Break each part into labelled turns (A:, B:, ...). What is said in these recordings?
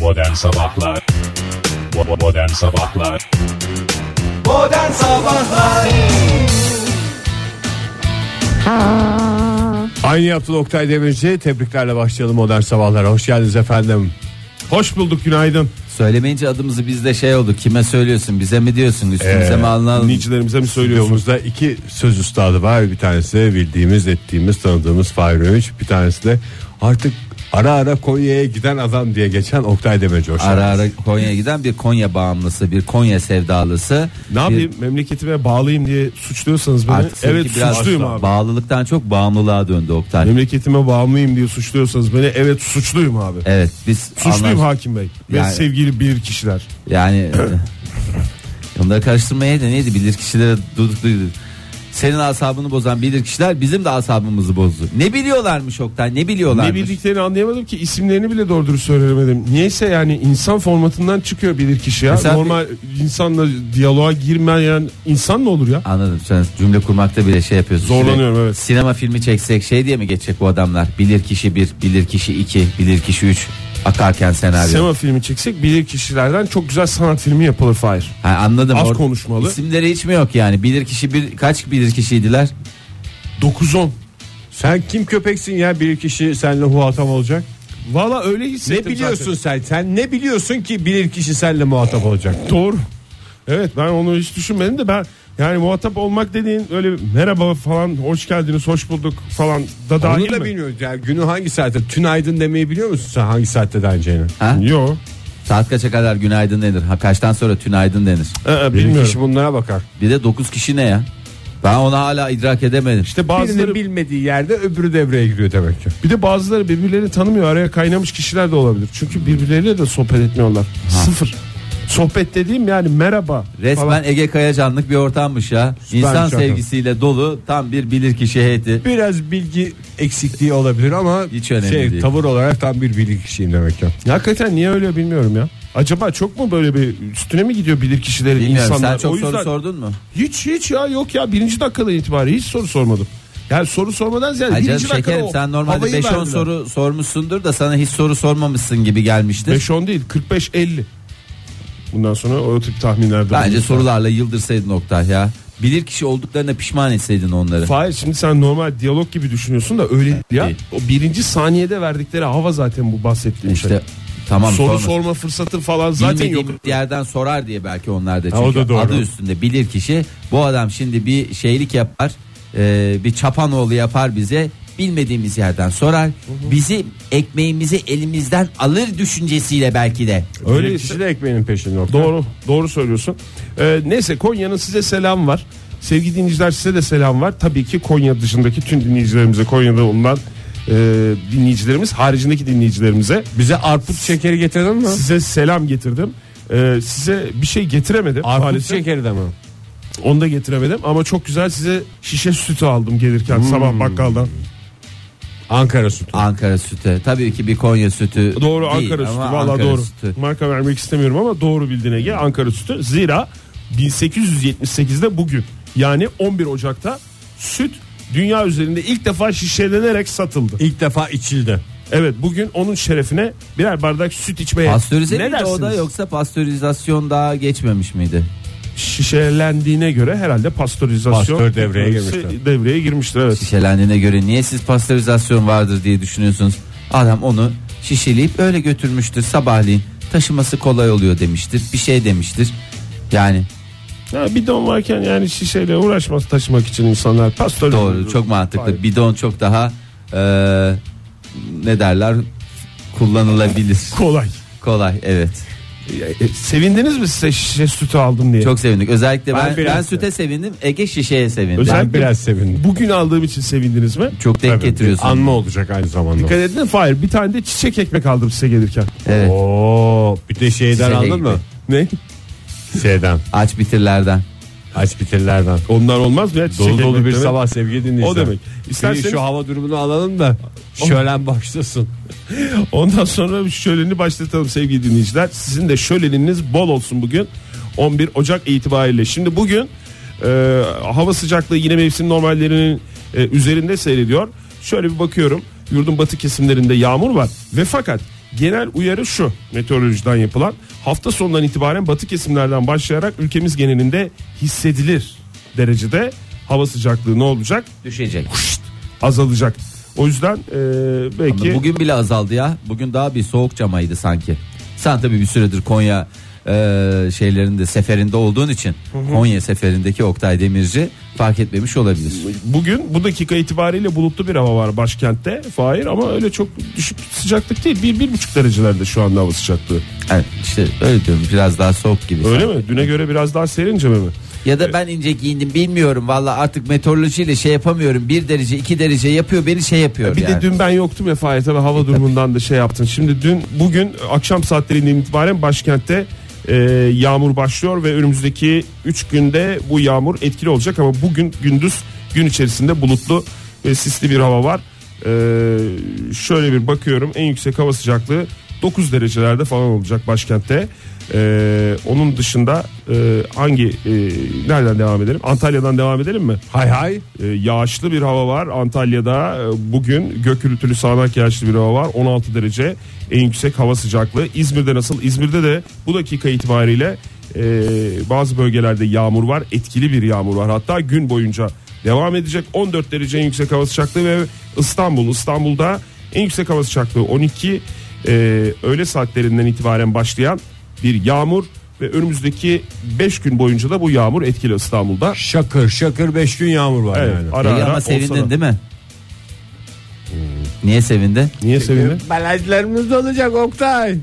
A: Modern Sabahlar Bo- Modern Sabahlar
B: Modern Sabahlar
C: Aynı yaptı Oktay Demirci. Tebriklerle başlayalım modern sabahlara. Hoş geldiniz efendim. Hoş bulduk günaydın.
D: Söylemeyince adımızı biz de şey oldu. Kime söylüyorsun? Bize mi diyorsun? Üstümüze mi alınan?
C: Dinleyicilerimize mi söylüyorsunuz? Stüdyomuzda iki söz ustadı var. Bir tanesi de bildiğimiz, ettiğimiz, tanıdığımız Fahir Öğünç. Bir tanesi de artık ara ara Konya'ya giden adam diye geçen Oktay Demirci. Hoş
D: Ara
C: geldiniz.
D: ara Konya'ya giden bir Konya bağımlısı, bir Konya sevdalısı.
E: Ne yapayım memleketime bağlıyım diye suçluyorsanız beni.
D: Artık
E: evet
D: sanki biraz
E: suçluyum abi.
D: bağlılıktan çok bağımlılığa döndü Oktay.
E: memleketime bağımlıyım diye suçluyorsanız beni. Evet suçluyum abi.
D: Evet biz
E: Suçluyum
D: anlaş-
E: hakim bey ve
D: Yani-
E: sevgili bir kişiler.
D: Yani bunları karıştırmaya da neydi bilir kişilere dudukluyduk. Senin asabını bozan bilir kişiler bizim de asabımızı bozdu. Ne biliyorlarmış Oktay? Ne
E: Ne
D: biliyorlarmış?
E: bildiklerini anlayamadım ki isimlerini bile doğru dürüst söyleyemedim. Niyeyse yani insan formatından çıkıyor bilir kişi ya.
D: Mesela-
E: Normal insanla diyaloğa girmeyen insan mı olur ya?
D: Anladım. Sen cümle kurmakta bile şey yapıyorsun.
E: Zorlanıyorum, evet.
D: Sinema filmi çeksek şey diye mi geçecek bu adamlar? Bilir kişi 1, bilir kişi 2, bilir kişi 3 akarken senaryo.
E: Sinema filmi çeksek bilir kişilerden çok güzel sanat filmi yapılır Fahir.
D: ha, anladım.
E: Az
D: Or-
E: konuşmalı.
D: İsimleri hiç mi yok yani? Bilir kişi bir kaç bilir kişiydiler?
E: 9-10.
C: Sen kim köpeksin ya? Bir kişi seninle muhatap olacak.
E: Valla öyle
C: Ne
E: hissettim zaten.
C: biliyorsun sen? Sen ne biliyorsun ki bilir kişi seninle muhatap olacak?
E: Doğru. Evet ben onu hiç düşünmedim de ben yani muhatap olmak dediğin öyle merhaba falan hoş geldiniz hoş bulduk falan da
C: Onu
E: dahil
C: da
E: mi?
C: bilmiyoruz. Yani günü hangi saatte? Tünaydın demeyi biliyor musun sen hangi saatte deneceğini?
D: Ha?
E: Yok.
D: Saat kaça kadar günaydın denir? Ha, kaçtan sonra tünaydın denir?
E: Ee,
C: Bir
E: bilmiyorum.
C: kişi bunlara bakar.
D: Bir de 9 kişi ne ya? Ben onu hala idrak edemedim.
E: İşte
C: Birinin
E: bazıları
C: bilmediği yerde öbürü devreye giriyor demek ki.
E: bir de bazıları birbirlerini tanımıyor. Araya kaynamış kişiler de olabilir. Çünkü birbirleriyle de sohbet etmiyorlar. Sıfır. Sohbet dediğim yani merhaba
D: Resmen
E: falan.
D: Ege Kayacanlık bir ortammış ya. İnsan
C: şaka.
D: sevgisiyle dolu tam bir bilir kişi heyeti.
C: Biraz bilgi eksikliği olabilir ama
D: Hiç önemli
C: şey,
D: değil.
C: tavır olarak tam bir bilgi kişiyim demek ki.
E: Hakikaten niye öyle bilmiyorum ya. Acaba çok mu böyle bir üstüne mi gidiyor bilir kişilerin
D: Bilmiyorum
E: insanlar?
D: sen çok
E: o yüzden
D: soru sordun mu?
E: hiç hiç ya yok ya birinci dakikadan itibaren hiç soru sormadım. Yani soru sormadan ziyade
D: Ay canım
E: birinci dakikada
D: şekerim
E: o
D: sen normalde 5-10
E: havayı verdiler.
D: soru sormuşsundur da sana hiç soru sormamışsın gibi gelmiştir.
E: 5-10 değil 45-50 Bundan sonra o tip tahminlerde
D: Bence
E: bulunursun.
D: sorularla yıldırsaydın Oktay ya. Bilir kişi olduklarına pişman etseydin onları.
E: Fahir şimdi sen normal diyalog gibi düşünüyorsun da öyle değil ya.
D: Değil.
E: O birinci saniyede verdikleri hava zaten bu bahsettiğim şey.
D: işte tamam
E: Soru
D: sorma.
E: sorma fırsatı falan zaten
D: Bilmediğim
E: yok.
D: bir yerden sorar diye belki onlar da
C: o
D: çünkü
C: da doğru.
D: adı üstünde bilir kişi bu adam şimdi bir şeylik yapar e, bir çapanoğlu yapar bize bilmediğimiz yerden sorar bizi ekmeğimizi elimizden alır düşüncesiyle belki de
E: Öyle
C: Öyle
E: işte.
C: kişi de ekmeğinin peşinde. yok.
E: Doğru, doğru söylüyorsun. Ee, neyse Konya'nın size selam var. Sevgili dinleyiciler size de selam var. Tabii ki Konya dışındaki tüm dinleyicilerimize, Konya'da bulunan e, dinleyicilerimiz, haricindeki dinleyicilerimize
C: Bize arput şekeri getirdin mi?
E: size selam getirdim. Ee, size bir şey getiremedim.
C: Arput
E: maalesef.
C: şekeri de mi?
E: Onu da getiremedim ama çok güzel size şişe sütü aldım gelirken sabah bakkaldan.
C: Hmm. Ankara sütü.
D: Ankara sütü tabii ki bir Konya sütü
E: Doğru
D: değil
E: Ankara
D: ama
E: sütü valla
D: Ankara
E: doğru.
D: sütü.
E: Marka vermek istemiyorum ama doğru bildiğine gel Ankara sütü. Zira 1878'de bugün yani 11 Ocak'ta süt dünya üzerinde ilk defa şişelenerek satıldı.
C: İlk defa içildi.
E: Evet bugün onun şerefine birer bardak süt içmeye
D: Pastörize
E: E, ne
D: miydi o da
E: dersiniz?
D: yoksa pastörizasyon daha geçmemiş miydi?
E: Şişelendiğine göre herhalde pastörizasyon
C: Pastör devreye
E: teknolojisi
C: girmiştir.
E: Devreye girmiştir evet.
D: Şişelendiğine göre niye siz pastörizasyon vardır diye düşünüyorsunuz? Adam onu şişeleyip öyle götürmüştür sabahleyin. Taşıması kolay oluyor demiştir. Bir şey demiştir. Yani
E: Ya bidon varken yani şişeyle uğraşmaz taşımak için insanlar pastörize.
D: doğru çok mantıklı.
E: Hayır.
D: Bidon çok daha e, ne derler kullanılabilir.
E: kolay.
D: kolay evet.
E: E, sevindiniz mi size şişe sütü aldım diye?
D: Çok sevindik. Özellikle
C: Ben
D: ben ben,
C: biraz-
D: süte sevindim. Ege şişeye sevindi.
E: Özel-
C: Ben biraz sevindim.
E: Bugün aldığım için sevindiniz mi?
D: Çok denk getiriyorsun.
C: Anma olacak aynı zamanda.
E: Dikkat edin Fahir bir tane de çiçek ekmek aldım size gelirken.
D: Evet.
C: Oo, bir de şeyden
D: Size
C: aldın
D: ekmek.
C: mı?
E: Ne?
C: Şeyden.
D: Aç bitirlerden.
C: Aç bitirlerden.
E: Onlar olmaz mı ya çiçek
C: Dolu
E: ekmek
C: dolu bir
E: demek?
C: sabah sevgili dinleyiciler.
E: O demek.
C: İsterseniz...
E: İsterseniz-
C: Şu hava durumunu alalım da şölen başlasın.
E: Ondan sonra şöleni başlatalım sevgili dinleyiciler. Sizin de şöleniniz bol olsun bugün. 11 Ocak itibariyle. Şimdi bugün e, hava sıcaklığı yine mevsim normallerinin e, üzerinde seyrediyor. Şöyle bir bakıyorum. Yurdun batı kesimlerinde yağmur var ve fakat Genel uyarı şu meteorolojiden yapılan hafta sonundan itibaren batı kesimlerden başlayarak ülkemiz genelinde hissedilir derecede hava sıcaklığı ne olacak?
D: Düşecek.
E: Azalacak. O yüzden e, belki
D: Ama Bugün bile azaldı ya. Bugün daha bir soğuk camaydı sanki. Sen tabii bir süredir Konya e, şeylerinde seferinde olduğun için Konya seferindeki Oktay Demirci fark etmemiş olabilir.
E: Bugün bu dakika itibariyle bulutlu bir hava var başkentte Fahir ama öyle çok düşük sıcaklık değil. Bir, bir buçuk derecelerde şu anda hava sıcaklığı.
D: Evet, işte öyle diyorum biraz daha soğuk gibi.
E: Öyle mi? Düne göre biraz daha serince mi?
D: Ya da ben ince giyindim bilmiyorum valla artık meteorolojiyle şey yapamıyorum. Bir derece iki derece yapıyor beni şey yapıyor
E: Bir
D: yani.
E: de dün ben yoktum ya Fahir tabii hava durumundan da şey yaptın. Şimdi dün bugün akşam saatlerinden itibaren başkentte e, yağmur başlıyor ve önümüzdeki 3 günde bu yağmur etkili olacak ama bugün gündüz gün içerisinde bulutlu ve sisli bir hava var. E, şöyle bir bakıyorum en yüksek hava sıcaklığı 9 derecelerde falan olacak başkentte. E, onun dışında e, hangi e, nereden devam edelim? Antalya'dan devam edelim mi?
C: Hay hay.
E: E, yağışlı bir hava var Antalya'da e, bugün gök gürültülü sağanak yağışlı bir hava var 16 derece en yüksek hava sıcaklığı İzmir'de nasıl İzmir'de de bu dakika itibariyle e, bazı bölgelerde yağmur var etkili bir yağmur var hatta gün boyunca devam edecek 14 derece en yüksek hava sıcaklığı ve İstanbul İstanbul'da en yüksek hava sıcaklığı 12 e, öğle saatlerinden itibaren başlayan bir yağmur ve önümüzdeki 5 gün boyunca da bu yağmur etkili İstanbul'da.
C: Şakır şakır 5 gün yağmur var
E: Evet,
C: yani.
E: ara
D: Ege
E: ara
D: ama
E: olsa da. Hmm.
D: sevindin değil mi? Niye sevindin?
E: Niye sevindin?
C: Barajlarımız olacak Oktay.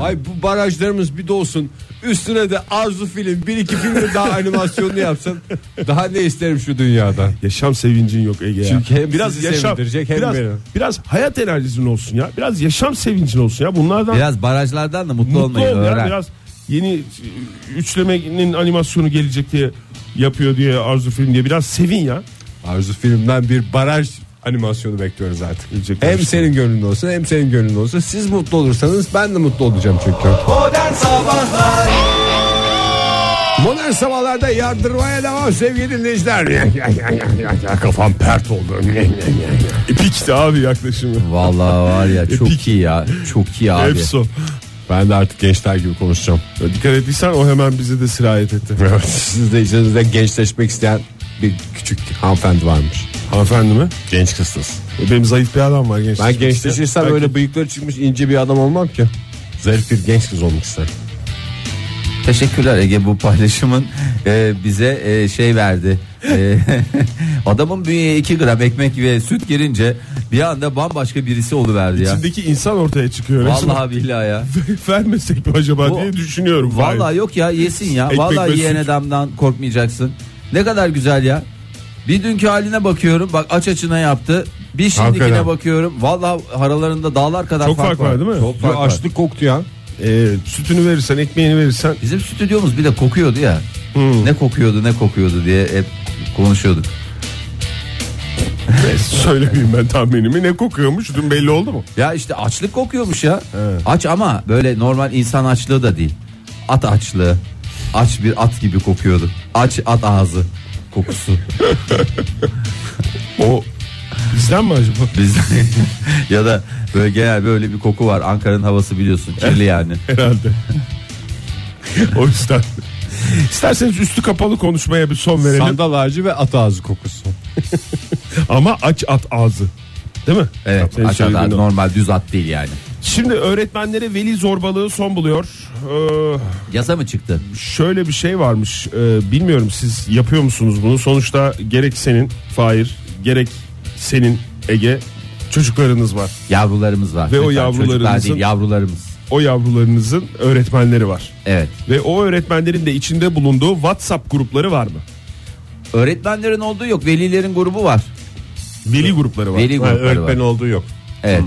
C: Ay bu barajlarımız bir dolsun. Üstüne de Arzu film bir iki film daha animasyonunu yapsın. Daha ne isterim şu dünyada?
E: Yaşam sevincin yok Ege ya.
C: Çünkü hem sizi sevindirecek hem
E: biraz,
C: beni.
E: biraz hayat enerjinin olsun ya. Biraz yaşam sevincin olsun ya. Bunlardan
D: Biraz barajlardan da mutlu,
E: mutlu
D: olmayı
E: ol ya.
D: öğren.
E: Biraz yeni üçlemenin animasyonu gelecek diye yapıyor diye Arzu film diye biraz sevin ya.
C: Arzu filmden bir baraj animasyonu bekliyoruz artık.
E: Gelecek
C: Hem
E: baraj.
C: senin gönlünde olsun hem senin gönlünde olsun. Siz mutlu olursanız ben de mutlu olacağım çünkü.
B: Modern Sabahlar
C: Modern sabahlarda yardırmaya devam sevgili dinleyiciler. Ya, ya, ya, ya, ya, ya, Kafam pert oldu. Ya, ya, ya, ya.
E: Epikti E, abi yaklaşımı.
D: Vallahi var ya çok
E: Epik.
D: iyi ya. Çok iyi abi.
E: Hepsi o.
C: Ben de artık gençler gibi konuşacağım.
E: Ya Dikkat ettiysen o hemen bize de sirayet etti.
C: Evet, siz de içinizde gençleşmek isteyen bir küçük hanımefendi varmış.
E: Hanımefendi mi? E,
C: Genç kızsız.
E: Benim zayıf bir adam var gençleşmiş.
C: Ben gençleşirsem
E: Belki-
C: öyle bıyıkları çıkmış ince bir adam olmam ki. Zarif bir genç kız olmak isterim.
D: Teşekkürler Ege bu paylaşımın e, bize e, şey verdi. E, adamın bünyeye 2 gram ekmek ve süt girince bir anda bambaşka birisi oluverdi ya.
E: İçindeki insan ortaya çıkıyor.
D: Vallahi billahi ya.
E: vermesek mi acaba
D: Bu-
E: diye düşünüyorum. Fahir.
D: Vallahi yok ya yesin ya.
E: Ekmek ve
D: Vallahi
E: süt.
D: yiyen adamdan korkmayacaksın. Ne kadar güzel ya. Bir dünkü haline bakıyorum. Bak aç açına yaptı. Bir şimdikine
C: Hakikaten.
D: bakıyorum. Vallahi aralarında dağlar kadar
E: Çok
D: fark,
E: fark var değil mi?
D: Çok
E: Bir
D: fark var.
C: açlık koktu ya.
E: Ee, sütünü verirsen ekmeğini verirsen
D: Bizim stüdyomuz bir de kokuyordu ya.
E: Hmm.
D: Ne kokuyordu ne kokuyordu diye hep konuşuyorduk.
E: Neyse, söylemeyeyim ben tahminimi ne kokuyormuş dün belli oldu mu?
D: Ya işte açlık kokuyormuş ya. Aç ama böyle normal insan açlığı da değil. At açlığı. Aç bir at gibi kokuyordu. Aç at ağzı kokusu.
E: O bizden mi acaba?
D: Biz ya da böyle genel böyle bir koku var. Ankara'nın havası biliyorsun kirli yani.
E: Herhalde. o yüzden. İsterseniz üstü kapalı konuşmaya bir son verelim.
C: Sandal ağacı ve at ağzı kokusu.
E: Ama aç at ağzı. Değil Şey mi?
D: Evet
E: Senin
D: aç at
E: söylediğin
D: ağzı
E: o.
D: normal düz at değil yani.
E: Şimdi öğretmenlere veli zorbalığı son buluyor. Ee,
D: Yasa mı çıktı?
E: şöyle bir şey varmış. Ee, bilmiyorum siz yapıyor musunuz bunu? Sonuçta gerek senin Fahir, gerek senin Ege çocuklarınız var.
D: Yavrularımız var.
E: Ve o
D: Lütfen, çocuklar
E: yavrularınızın-
D: değil, yavrularımız.
E: O yavrularınızın öğretmenleri var.
D: Evet.
E: Ve o öğretmenlerin de içinde bulunduğu WhatsApp grupları var mı?
D: Öğretmenlerin olduğu yok. Velilerin grubu var.
E: Veli grupları var.
D: Veli
E: Ha,
D: grupları
E: öğretmen
D: var.
E: olduğu yok.
D: Evet.
C: Hmm.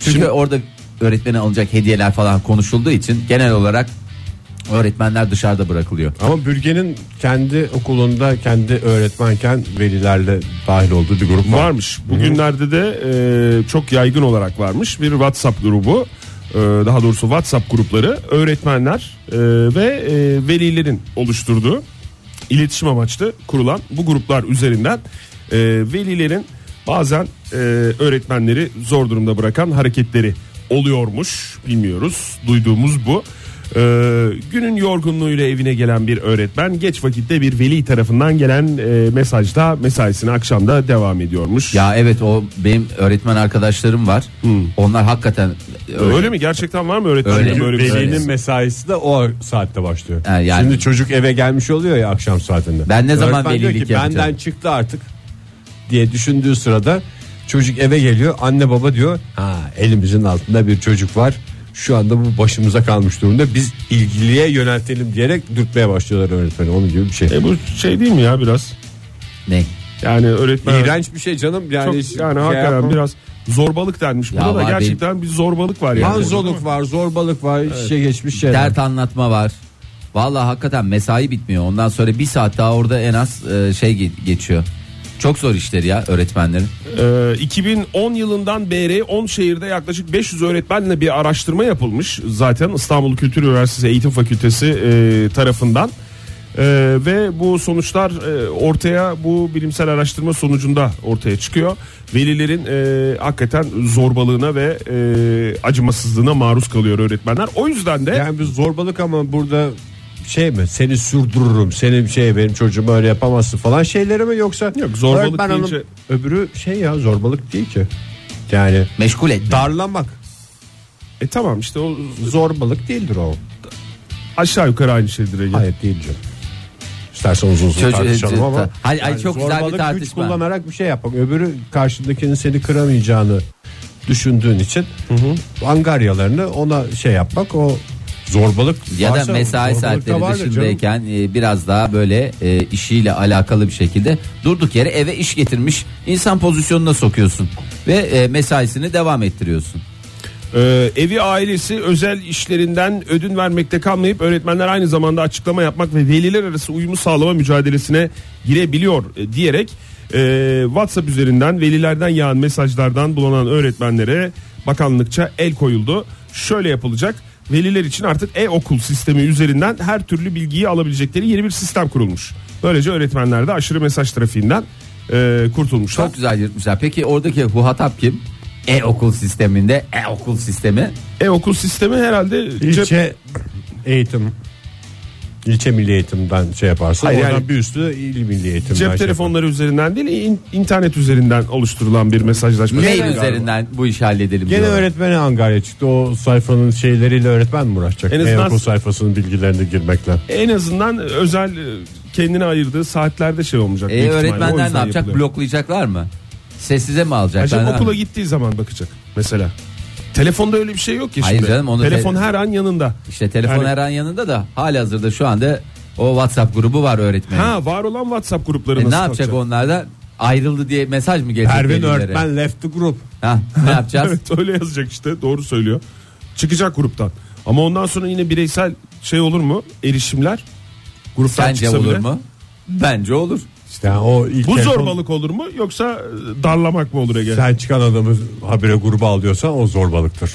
D: Çünkü
E: Şimdi-
D: orada öğretmene alınacak hediyeler falan konuşulduğu için genel olarak öğretmenler dışarıda bırakılıyor.
C: Ama bürgenin kendi okulunda kendi öğretmenken velilerle dahil olduğu bir grup var.
E: Varmış. Bugünlerde de e, çok yaygın olarak varmış bir WhatsApp grubu. E, daha doğrusu WhatsApp grupları öğretmenler e, ve e, velilerin oluşturduğu iletişim amaçlı kurulan bu gruplar üzerinden e, velilerin bazen e, öğretmenleri zor durumda bırakan hareketleri oluyormuş bilmiyoruz duyduğumuz bu. Ee, günün yorgunluğuyla evine gelen bir öğretmen geç vakitte bir veli tarafından gelen e, mesajda mesaisine akşamda devam ediyormuş.
D: Ya evet o benim öğretmen arkadaşlarım var.
C: Hmm.
D: Onlar hakikaten
E: öyle,
D: öyle.
E: mi gerçekten var mı öğretmenin
D: Öyle.
E: böyle bir şey?
D: Veli-
E: şeyi?
C: Velinin mesaisi de o saatte başlıyor.
D: Ha, yani-
C: Şimdi çocuk eve gelmiş oluyor ya akşam saatinde.
D: Ben ne zaman
C: Öğretmen diyor
D: velilik
C: ki,
D: yapacağım?
C: Benden çıktı artık diye düşündüğü sırada çocuk eve geliyor. Anne baba diyor ha elimizin altında bir çocuk var. Şu anda bu başımıza kalmış durumda. Biz ilgiliye yöneltelim diyerek dürtmeye başlıyorlar öğretmeni. Onun gibi bir şey.
E: E bu şey değil mi ya biraz?
D: Ne?
E: Yani öğretmen
C: İğrenç bir şey canım.
E: Çok,
C: Yani, şey
E: yani hakikaten biraz zorbalık denmiş. Burada
D: Ya
E: da
D: var
E: gerçekten bir zorbalık var yani.
C: Hanzoluk var, zorbalık var, işe geçmiş şeyler.
D: Dert anlatma var. Vallahi hakikaten mesai bitmiyor. Ondan sonra bir saat daha orada en az e, şey ge- geçiyor. Çok zor işleri ya öğretmenlerin.
E: Ee, 2010 yılından beri 10 şehirde yaklaşık 500 öğretmenle bir araştırma yapılmış. Zaten İstanbul Kültür Üniversitesi Eğitim Fakültesi e, tarafından. E, ve bu sonuçlar e, ortaya bu bilimsel araştırma sonucunda ortaya çıkıyor. Velilerin e, hakikaten zorbalığına ve e, acımasızlığına maruz kalıyor öğretmenler. O yüzden de
C: Yani bir zorbalık ama burada şey mi seni sürdürürüm seni bir şey benim çocuğuma öyle yapamazsın falan şeyleri mi yoksa
E: Yok, zorbalık
C: öğretmen hanım-
E: deyince-
C: öbürü şey ya zorbalık değil ki yani
D: Meşgul et.
C: darlamak
E: E, tamam işte o
C: zorbalık değildir o
E: aşağı yukarı aynı şeydir Ege.
C: hayır değil canım İstersen uzun uzun
D: Çocuğu-
C: tartışalım ama
D: ta- Hayır, hayır, çok güzel bir
C: zorbalık güç
D: tartışma.
C: kullanarak bir şey yapmak öbürü karşındakinin seni kıramayacağını düşündüğün için angaryalarını ona şey yapmak o zorbalık
D: Ya da
C: varsa
D: mesai
C: zorbalık da
D: saatleri
C: vardır canım.
D: dışındayken e, biraz daha böyle e, işiyle alakalı bir şekilde durduk yere eve iş getirmiş insan pozisyonuna sokuyorsun ve e, mesaisini devam ettiriyorsun.
E: Ee, evi ailesi özel işlerinden ödün vermekte kalmayıp öğretmenler aynı zamanda açıklama yapmak ve veliler arası uyumu sağlama mücadelesine girebiliyor e, diyerek e, WhatsApp üzerinden velilerden yağan mesajlardan bulunan öğretmenlere bakanlıkça el koyuldu. Şöyle yapılacak. Veliler için artık e-okul sistemi üzerinden her türlü bilgiyi alabilecekleri yeni bir sistem kurulmuş. Böylece öğretmenler de aşırı mesaj trafiğinden e, kurtulmuşlar.
D: Çok güzel yırtmışlar. Peki oradaki huhatap kim? E-okul sisteminde e-okul sistemi
E: E-okul sistemi herhalde cep-
C: İlçe eğitim ilçe milli eğitimden şey yaparsın.
E: Hayır,
C: oradan
E: yani-
C: bir üstü il milli eğitimden.
E: Cep
C: şey
E: telefonları üzerinden değil in- internet üzerinden oluşturulan bir mesajlaşma.
D: mail
E: Galiba.
D: üzerinden bu işi halledelim
C: Gene
D: diyorlar.
C: öğretmene angarya çıktı. O sayfanın şeyleriyle öğretmen mi uğraşacak?
E: En
C: En
E: azından-
C: okul sayfasının bilgilerini girmekle.
E: En azından özel e, kendine ayırdığı saatlerde şey olmayacak.
D: E
E: büyük ihtimalle. O
D: öğretmenler
E: yüzden
D: ne yapacak?
E: yapılıyor.
D: Bloklayacaklar mı? Sessize mi
E: Acaba
D: alacaklar?
E: okula gittiği zaman bakacak mesela. Telefonda öyle bir şey yok ya
D: Hayır
E: şimdi.
D: canım, onu
E: Telefon
D: te-
E: her an yanında.
D: İşte telefon
E: Yani-
D: her an yanında da halihazırda şu anda o WhatsApp grubu var öğretmenin.
E: Ha var olan WhatsApp grupları
D: E
E: nasıl
D: ne yapacak
E: kalkacak?
D: onlar da? Ayrıldı diye mesaj mı gelecek?
C: Pervin
D: velilere?
C: öğretmen left the group.
D: Ha, ne yapacağız?
E: Evet öyle yazacak işte doğru söylüyor. Çıkacak gruptan. Ama ondan sonra yine bireysel şey olur mu? Erişimler gruptan
D: Sence
E: çıksa
D: olur
E: bile.
D: mu? Bence olur.
C: İşte yani o ilk
E: Bu
C: telefon-
E: zorbalık olur mu yoksa e, darlamak mı olur Ege?
C: Sen çıkan adamı habire gruba alıyorsan o zorbalıktır.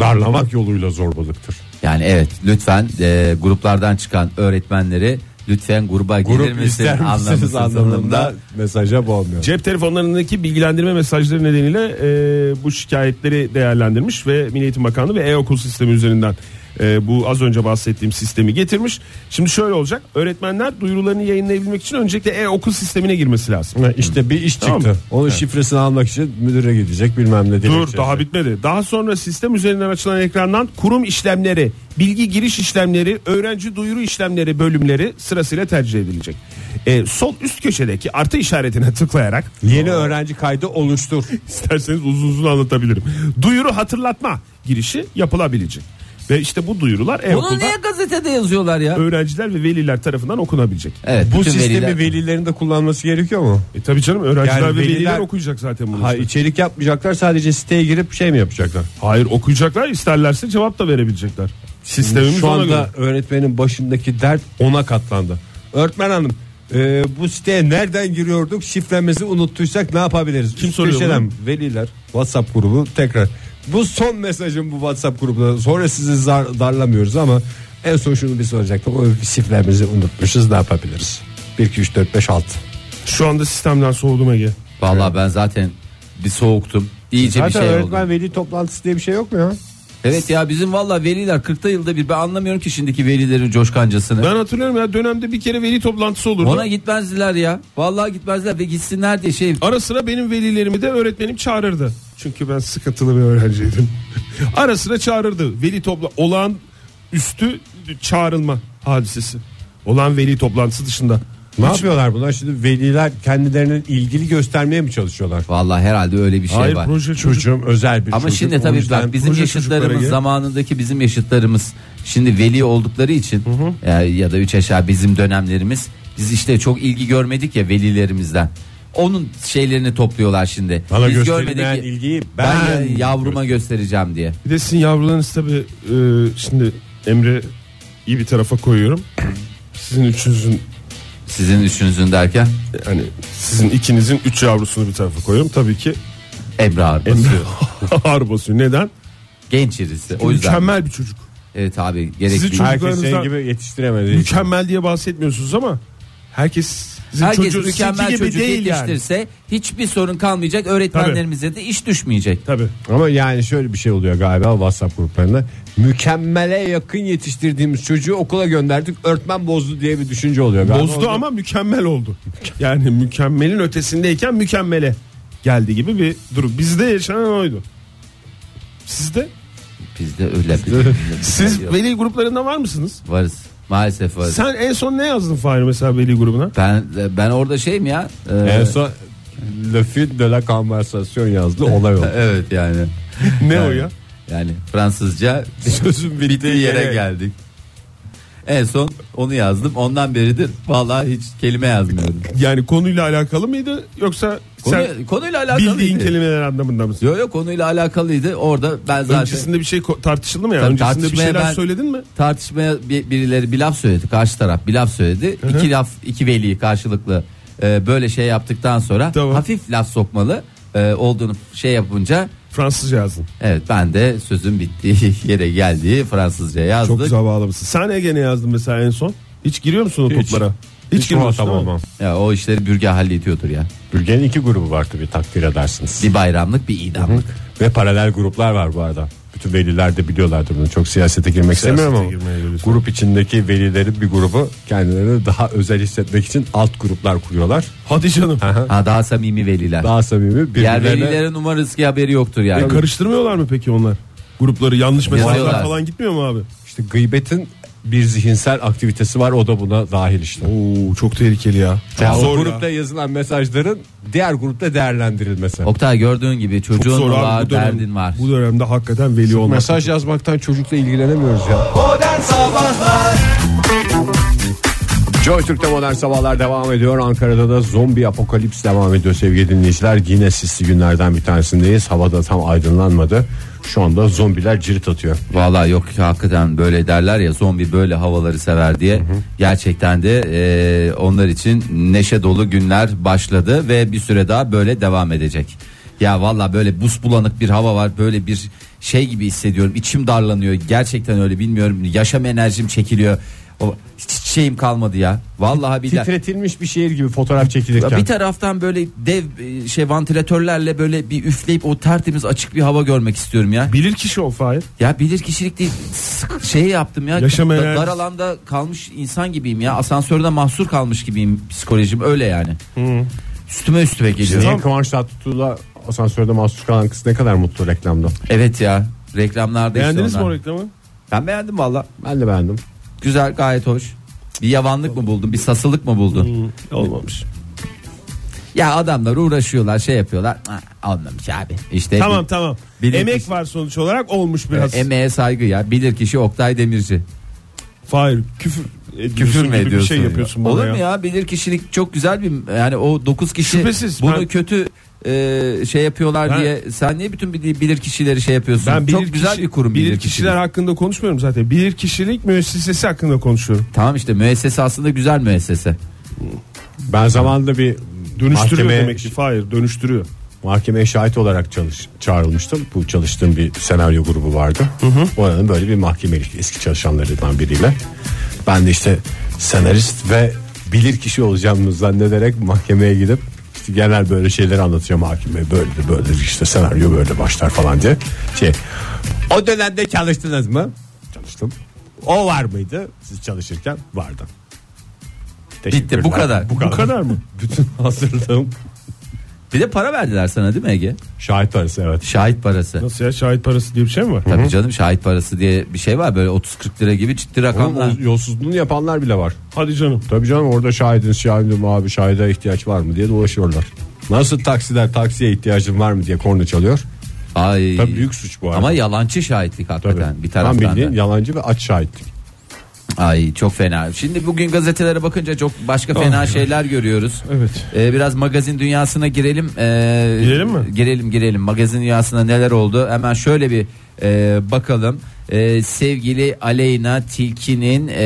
C: Darlamak yoluyla zorbalıktır.
D: Yani evet lütfen e, gruplardan çıkan öğretmenleri lütfen gruba gelir
C: Grup
D: misin
C: ister misiniz
D: anlamsız
C: anlamında
D: anlamında.
C: mesaja boğmuyor.
E: Cep telefonlarındaki bilgilendirme mesajları nedeniyle e, bu şikayetleri değerlendirmiş ve Milli Eğitim Bakanlığı ve e-okul sistemi üzerinden e, bu az önce bahsettiğim sistemi getirmiş. Şimdi şöyle olacak. Öğretmenler duyurularını yayınlayabilmek için öncelikle e-okul sistemine girmesi lazım.
C: Ha, İşte bir iş
E: Tamam
C: çıktı.
E: mı?
C: Onun şifresini almak için müdüre gidecek bilmem ne.
E: Dur daha bitmedi. Daha sonra sistem üzerinden açılan ekrandan kurum işlemleri, bilgi giriş işlemleri, öğrenci duyuru işlemleri bölümleri sırasıyla tercih edilecek. E, sol üst köşedeki artı işaretine tıklayarak
C: Yeni öğrenci kaydı oluştur.
E: İsterseniz uzun uzun anlatabilirim. Duyuru hatırlatma girişi yapılabilecek. Ve işte bu duyurular
D: Bunu
E: e-okulda
D: niye gazetede yazıyorlar ya?
E: öğrenciler ve veliler tarafından okunabilecek.
D: Evet,
C: Bu
D: bütün
C: sistemi
D: veliler-
C: velilerin de kullanması gerekiyor mu?
E: E tabii canım öğrenciler
C: Yani
E: ve veliler,
C: veliler-
E: okuyacak zaten bunu.
C: Ha
E: işte.
C: içerik yapmayacaklar sadece siteye girip şey mi yapacaklar?
E: Hayır okuyacaklar isterlerse cevap da verebilecekler. Sistemimiz
C: Şu
E: ona
C: anda
E: göre.
C: öğretmenin başındaki dert ona katlandı. Öğretmen hanım e, bu siteye nereden giriyorduk şifremizi unuttuysak ne yapabiliriz? Kim
E: soruyor
C: Veliler WhatsApp grubu tekrar. Bu son mesajım bu WhatsApp grubunda. Sonra sizi zar- darlamıyoruz ama en son şunu bir soracaktım. O şifremizi unutmuşuz ne yapabiliriz? 1 2 3 4 5 6.
E: Şu anda sistemden soğudum Ege.
D: Vallahi ben zaten bir soğuktum. İyice
C: Zaten
D: bir şey oldu.
C: öğretmen veli toplantısı diye bir şey yok mu ya?
D: Evet ya bizim valla veliler 40'ta yılda bir ben anlamıyorum ki şimdiki velilerin coşkancasını.
E: Ben hatırlıyorum ya dönemde bir kere veli toplantısı olurdu.
D: Ona gitmezdiler ya. Vallahi gitmezler ve gitsinler diye şey.
E: Ara sıra benim velilerimi de öğretmenim çağırırdı. Çünkü ben sıkıntılı bir öğrenciydim. Ara sıra çağırırdı. Veli topla olağan üstü çağrılma hadisesi. Olağan veli toplantısı dışında.
C: Ne yapıyorlar bunlar şimdi veliler kendilerinin ilgili göstermeye mi çalışıyorlar?
D: Vallahi herhalde öyle bir şey
E: Hayır
D: var.
E: proje çocuk.
C: Çocuğum özel bir
D: Ama
C: çocuk.
D: şimdi
C: o
D: tabii
C: yüzden
D: bak bizim
C: proje çocuklara
D: yaşıtlarımız
C: gel.
D: zamanındaki bizim yaşıtlarımız şimdi veli oldukları için ya, ya da üç aşağı bizim dönemlerimiz biz işte çok ilgi görmedik ya velilerimizden. Onun şeylerini topluyorlar şimdi.
C: Bana
D: biz
C: gösterilmeyen
D: görmedik-
C: ilgiyi
D: ben,
C: ben,
D: ya- yavruma göstereceğim diye.
E: Bir de sizin yavrularınız tabii e, şimdi Emre iyi bir tarafa koyuyorum. Sizin üçünüzün
D: Sizin üçünüzün derken
E: yani sizin ikinizin üç yavrusunu bir tarafa koyuyorum. Tabii ki
D: Emre abi.
E: Emre ağır basıyor. Neden?
D: Genç irisi. O yüzden.
E: Mükemmel bir çocuk.
D: Evet abi gerekli.
E: Sizi çok-
C: herkes senin
E: çocuklarınızdan-
C: gibi yetiştiremedi.
E: Ee, Mükemmel diye bahsetmiyorsunuz ama herkes sizin
D: Herkes
E: çocuğu
D: mükemmel
E: sizinki gibi
D: çocuk
E: değil yani.
D: yetiştirse hiçbir sorun kalmayacak. Öğretmenlerimize de iş düşmeyecek.
E: Tabii.
C: Ama yani şöyle bir şey oluyor galiba WhatsApp gruplarında. Mükemmele yakın yetiştirdiğimiz çocuğu okula gönderdik. Öğretmen bozdu diye bir düşünce oluyor. Galiba
E: Bozdu ama mükemmel oldu. Yani mükemmelin ötesindeyken mükemmele geldi gibi bir durum. Bizde yaşanan oydu. Sizde?
D: Bizde öyle bir
E: Siz veli gruplarında var mısınız?
D: varız. Maalesef varız.
E: Sen en son ne yazdın Fahri mesela veli grubuna?
D: Ben ben orada şeyim ya. e,
C: En son Le Fil de la Conversation yazdı olay oldu.
D: evet yani.
E: Ne
D: Yani-
E: o ya?
D: Yani Fransızca sözün bittiği yere
C: yere.
D: geldik. En son onu yazdım. Ondan beridir vallahi hiç kelime yazmıyorum.
E: Yani konuyla alakalı mıydı yoksa
D: Konu,
E: sen
D: konuyla alakalıydı.
E: bildiğin kelimeler anlamında mısın?
D: Yok yok konuyla alakalıydı. Orada ben zaten
E: Öncesinde bir şey ko- tartışıldı mı ya?
D: Tabii
E: Öncesinde bir
D: tartışmaya
E: şeyler
D: ben-
E: söyledin mi?
D: tartışmaya bir- birileri bir laf söyledi. Karşı taraf bir laf söyledi. İki laf iki veli karşılıklı e, böyle şey yaptıktan sonra
E: Tamam.
D: hafif laf sokmalı e, olduğunu şey yapınca
E: Fransızca yazdın.
D: evet ben de sözün bittiği yere geldiği Fransızca yazdık.
E: Çok güzel bağlamışsın. Sen Ege ne yazdın mesela en son? Hiç giriyor musun o
C: Hiç.
E: toplara? Hiç, girmiyorsun değil mi?
C: tamam.
D: Ya o işleri bürge hallediyordur ya.
C: Bülge'nin iki grubu var tabii takdir edersiniz.
D: Bir bayramlık bir idamlık.
C: Ve paralel gruplar var bu arada. Bütün veliler de biliyorlardır bunu. Çok siyasete girmek istemiyorum ama
E: girmeye geliyorsun.
C: grup içindeki velilerin bir grubu kendilerini daha özel hissetmek için alt gruplar kuruyorlar.
E: Hadi canım.
C: Aha.
D: Ha daha samimi veliler.
C: Daha samimi
D: Diğer
C: birbirlerine
D: velilerin umarız ki haberi yoktur yani.
E: E, karıştırmıyorlar mı peki onlar? Grupları yanlış mesajlar
D: Yazıyorlar.
E: falan gitmiyor mu abi?
C: işte gıybetin bir zihinsel aktivitesi var o da buna dahil işte.
E: Oo çok tehlikeli ya. Çok
C: Yani o
E: zor
C: grupta
E: ya.
C: yazılan mesajların diğer grupta değerlendirilmesi.
D: Oktay gördüğün gibi
E: Çok
D: çocuğun
E: zor abi
D: var,
E: bu dönem-
D: derdin var.
E: Bu dönemde hakikaten veli olmak.
C: Mesaj yazmaktan çocukla ilgilenemiyoruz ya.
B: Modern Sabahlar
C: Joy Türk'te modern sabahlar devam ediyor. Ankara'da da zombi apokalips devam ediyor sevgili dinleyiciler. Yine sisli günlerden bir tanesindeyiz. Havada tam aydınlanmadı. Şu anda zombiler cirit atıyor.
D: Valla yok hakikaten böyle derler ya zombi böyle havaları sever diye. Gerçekten de e, onlar için neşe dolu günler başladı ve bir süre daha böyle devam edecek. Ya valla böyle buz bulanık bir hava var böyle bir şey gibi hissediyorum içim darlanıyor gerçekten öyle bilmiyorum yaşam enerjim çekiliyor. O, hiç şeyim kalmadı ya. Vallahi billahi.
C: Titretilmiş bir şehir gibi fotoğraf
D: Ya
C: çekilirken.
D: Bir taraftan böyle dev e, şey vantilatörlerle böyle bir üfleyip o tertemiz açık bir hava görmek istiyorum ya.
E: Bilir kişi o Fahir.
D: Ya bilir kişilik değil sık- şey yaptım ya.
E: Yaşam
D: Da-
E: enerjisi.
D: dar alanda kalmış insan gibiyim ya. Asansörde mahsur kalmış gibiyim psikolojim öyle yani.
E: Hmm.
D: Üstüme üstüme geliyor.
C: Niye Kıvanç Tatlıtuğ'la asansörde mahsur kalan kız ne kadar mutlu reklamda.
D: Evet ya reklamlarda
E: Beğendiniz
D: işte
E: mi o
D: onlar.
E: reklamı?
D: Ben beğendim valla.
C: Ben de beğendim.
D: Güzel gayet hoş. Bir yavanlık mı buldun bir sasılık mı buldun?
E: Hmm. Olmamış.
D: Ya adamlar uğraşıyorlar şey yapıyorlar. Ah, Olmamış abi. İşte
E: Tamam tamam.
D: Bilir
E: Emek
D: kişi-
E: var sonuç olarak olmuş biraz.
D: Emeğe saygı ya. Bilir kişi Oktay Demirci.
E: Fahir küfür ediyorsun
D: Küfür mü
E: gibi
D: ediyorsun?
E: bir şey yapıyorsun bana
D: Olur
E: ya.
D: mu ya? Bilir kişilik çok güzel bir yani o 9 kişi
E: Şüphesiz,
D: bunu
E: ben-
D: kötü e, şey yapıyorlar
E: Ben-
D: diye sen niye bütün bilir, bilir kişileri şey yapıyorsun?
E: Ben bilir
D: çok güzel bir kurum bilir,
E: bilir kişiler hakkında konuşmuyorum zaten. Bilir kişilik müessesesi hakkında konuşuyorum.
D: Tamam işte müessese aslında güzel müessese.
C: Ben zamanında bir
E: Dönüştürüyor
C: mahkemeye,
E: demek ki Fahir dönüştürüyor.
C: mahkemeye şahit olarak çalış, çağrılmıştım. Bu çalıştığım bir senaryo grubu vardı. Oranın böyle bir mahkemelik eski çalışanlarından biriyle. Ben de işte senarist ve bilir kişi olacağımı zannederek mahkemeye gidip işte genel böyle şeyleri anlatacağım hakim bey. Böyledir böyledir işte senaryo böyle başlar falan diye. Şey, o dönemde çalıştınız mı? Çalıştım. O var mıydı siz çalışırken? Vardı. Teşekkürler.
D: bu kadar.
C: Bu kadar.
E: Bu kadar mı?
C: Bütün hazırlığım
D: Bir de para verdiler sana değil mi Ege?
C: şahit arası evet.
D: Şahit parası.
E: Nasıl ya şahit parası diye bir şey mi var?
D: Tabii canım şahit parası diye bir şey var böyle 30-40 lira gibi ciddi rakamlar.
C: Oğlum, o yolsuzluğunu yapanlar bile var.
E: Hadi canım.
C: Tabii canım orada şahidin şahidim abi şahide ihtiyaç var mı diye dolaşıyorlar. Nasıl taksiler taksiye ihtiyacın var mı diye korna çalıyor.
D: Ay.
C: Tabii büyük suç bu arada.
D: Ama yalancı şahitlik
C: Tabii.
D: hakikaten bir taraftan
C: Tam bildiğin
D: da.
C: yalancı ve aç şahitlik.
D: Ay çok fena. Şimdi bugün gazetelere bakınca çok başka fena şeyler görüyoruz.
E: Ah Evet.
D: Ee, biraz magazin dünyasına girelim. Ee,
E: Girelim mi?
D: Girelim girelim. Magazin dünyasında neler oldu? Hemen şöyle bir e, bakalım. Ee, sevgili Aleyna Tilki'nin e,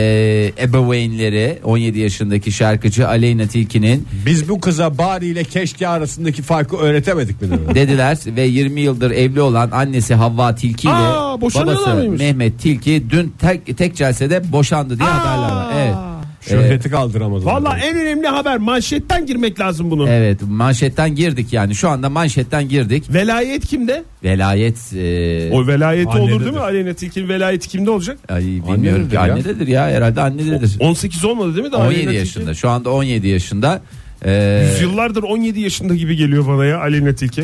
D: ebeveynleri 17 yaşındaki şarkıcı Aleyna Tilki'nin
C: Biz bu kıza bari ile keşke arasındaki farkı öğretemedik mi? dedi?
D: dediler ve 20 yıldır evli olan annesi Havva Tilki ile
E: Aa, boşanıyorlar
D: babası
E: mıymış?
D: Mehmet Tilki dün tek, tek celsede boşandı diye haberler var. Evet.
C: Şöhreti kaldıramaz.
E: Valla en önemli haber manşetten girmek lazım bunu.
D: Evet manşetten girdik yani şu anda manşetten girdik.
E: Velayet kimde?
D: Velayet e,
E: O velayeti
C: Annededir.
E: olur değil mi? Aleyna Tilki'nin velayeti kimde olacak?
D: ay, bilmiyorum
C: Annededir
D: ki
C: ya.
D: annededir ya herhalde annededir.
E: 18 olmadı değil mi? Daha Aleyna
D: 17
E: Tilki?
D: yaşında şu anda 17 yaşında. E,
E: Yüzyıllardır 17 yaşında gibi geliyor bana ya Aleyna Tilki.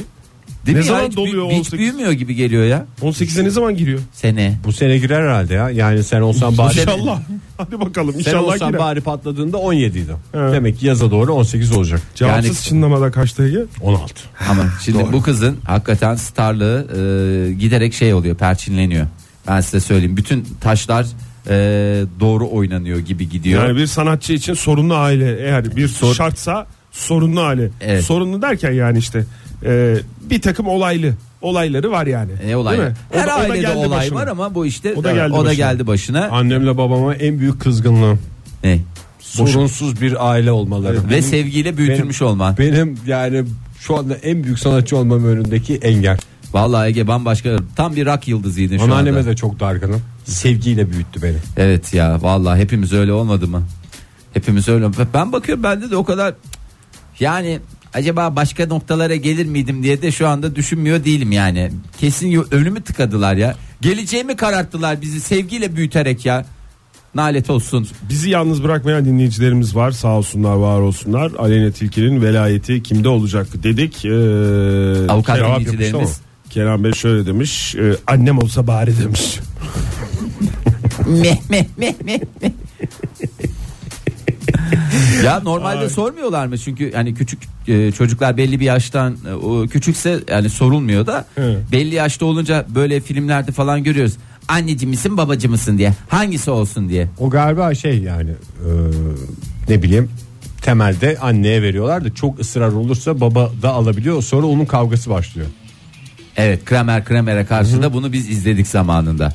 D: değil
E: ne
D: mi ya?
E: zaman
D: hiç,
E: doluyor
D: büyü- Hiç
E: 18?
D: büyümüyor gibi geliyor ya
E: 18'e ne zaman giriyor?
D: sene.
C: Bu sene girer herhalde ya. Yani sen olsan bari...
E: İnşallah. Hadi bakalım
C: Sen
E: inşallah
C: olsan
E: girer.
C: bari patladığında 17 idi.
E: Evet.
C: Demek ki yaza doğru 18 olacak.
E: Cevapsız
D: Yani-
E: çınlamada kaçtı Ege?
C: 16.
D: Ama şimdi bu kızın hakikaten starlığı e, giderek şey oluyor perçinleniyor. Ben size söyleyeyim bütün taşlar e, doğru oynanıyor gibi gidiyor.
E: Yani bir sanatçı için sorunlu aile eğer bir
D: Sor-
E: şartsa sorunlu aile.
D: Evet.
E: Sorunlu derken yani işte e, bir takım olaylı olayları var yani.
D: ne E, olay?
E: Değil mi? O
D: Her
E: da- o da
D: ailede
E: geldi
D: olay
E: başına.
D: var ama bu işte
E: O da geldi
D: o da
E: başına.
D: geldi başına.
C: Annemle babama en büyük kızgınlığım.
D: Ne?
C: Sorunsuz bir aile olmaları.
D: Ve sevgiyle büyütülmüş olman.
C: Benim yani şu anda en büyük sanatçı olmam önündeki engel.
D: Vallahi Ege bambaşka tam bir rock yıldızıydın şu
C: Anneanneme
D: anda.
C: de çok dargınım. Sevgiyle büyüttü beni.
D: Evet ya vallahi hepimiz öyle olmadı mı? Hepimiz öyle. Ben bakıyorum bende de o kadar yani acaba başka noktalara gelir miydim diye de şu anda düşünmüyor değilim yani. Kesin yo- önümü tıkadılar ya. Geleceğimi kararttılar bizi sevgiyle büyüterek ya. Nalet olsun.
E: Bizi yalnız bırakmayan dinleyicilerimiz var sağ olsunlar var olsunlar. Aleyna Tilki'nin velayeti kimde olacak dedik. Ee,
D: Avukat
E: cevap yapmış
D: dinleyicilerimiz.
E: ama Kenan Bey şöyle demiş e, annem olsa bari demiş.
D: meh meh meh meh meh. ya normalde sormuyorlar mı çünkü hani küçük e, çocuklar belli bir yaştan e, o küçükse yani sorulmuyor da
E: Hı.
D: belli yaşta olunca böyle filmlerde falan görüyoruz. Anneci misin babacı mısın diye hangisi olsun diye.
C: O galiba şey yani e, ne bileyim temelde anneye veriyorlar da çok ısrar olursa baba da alabiliyor sonra onun kavgası başlıyor.
D: Evet Kramer Kramer'e karşı da bunu biz izledik zamanında.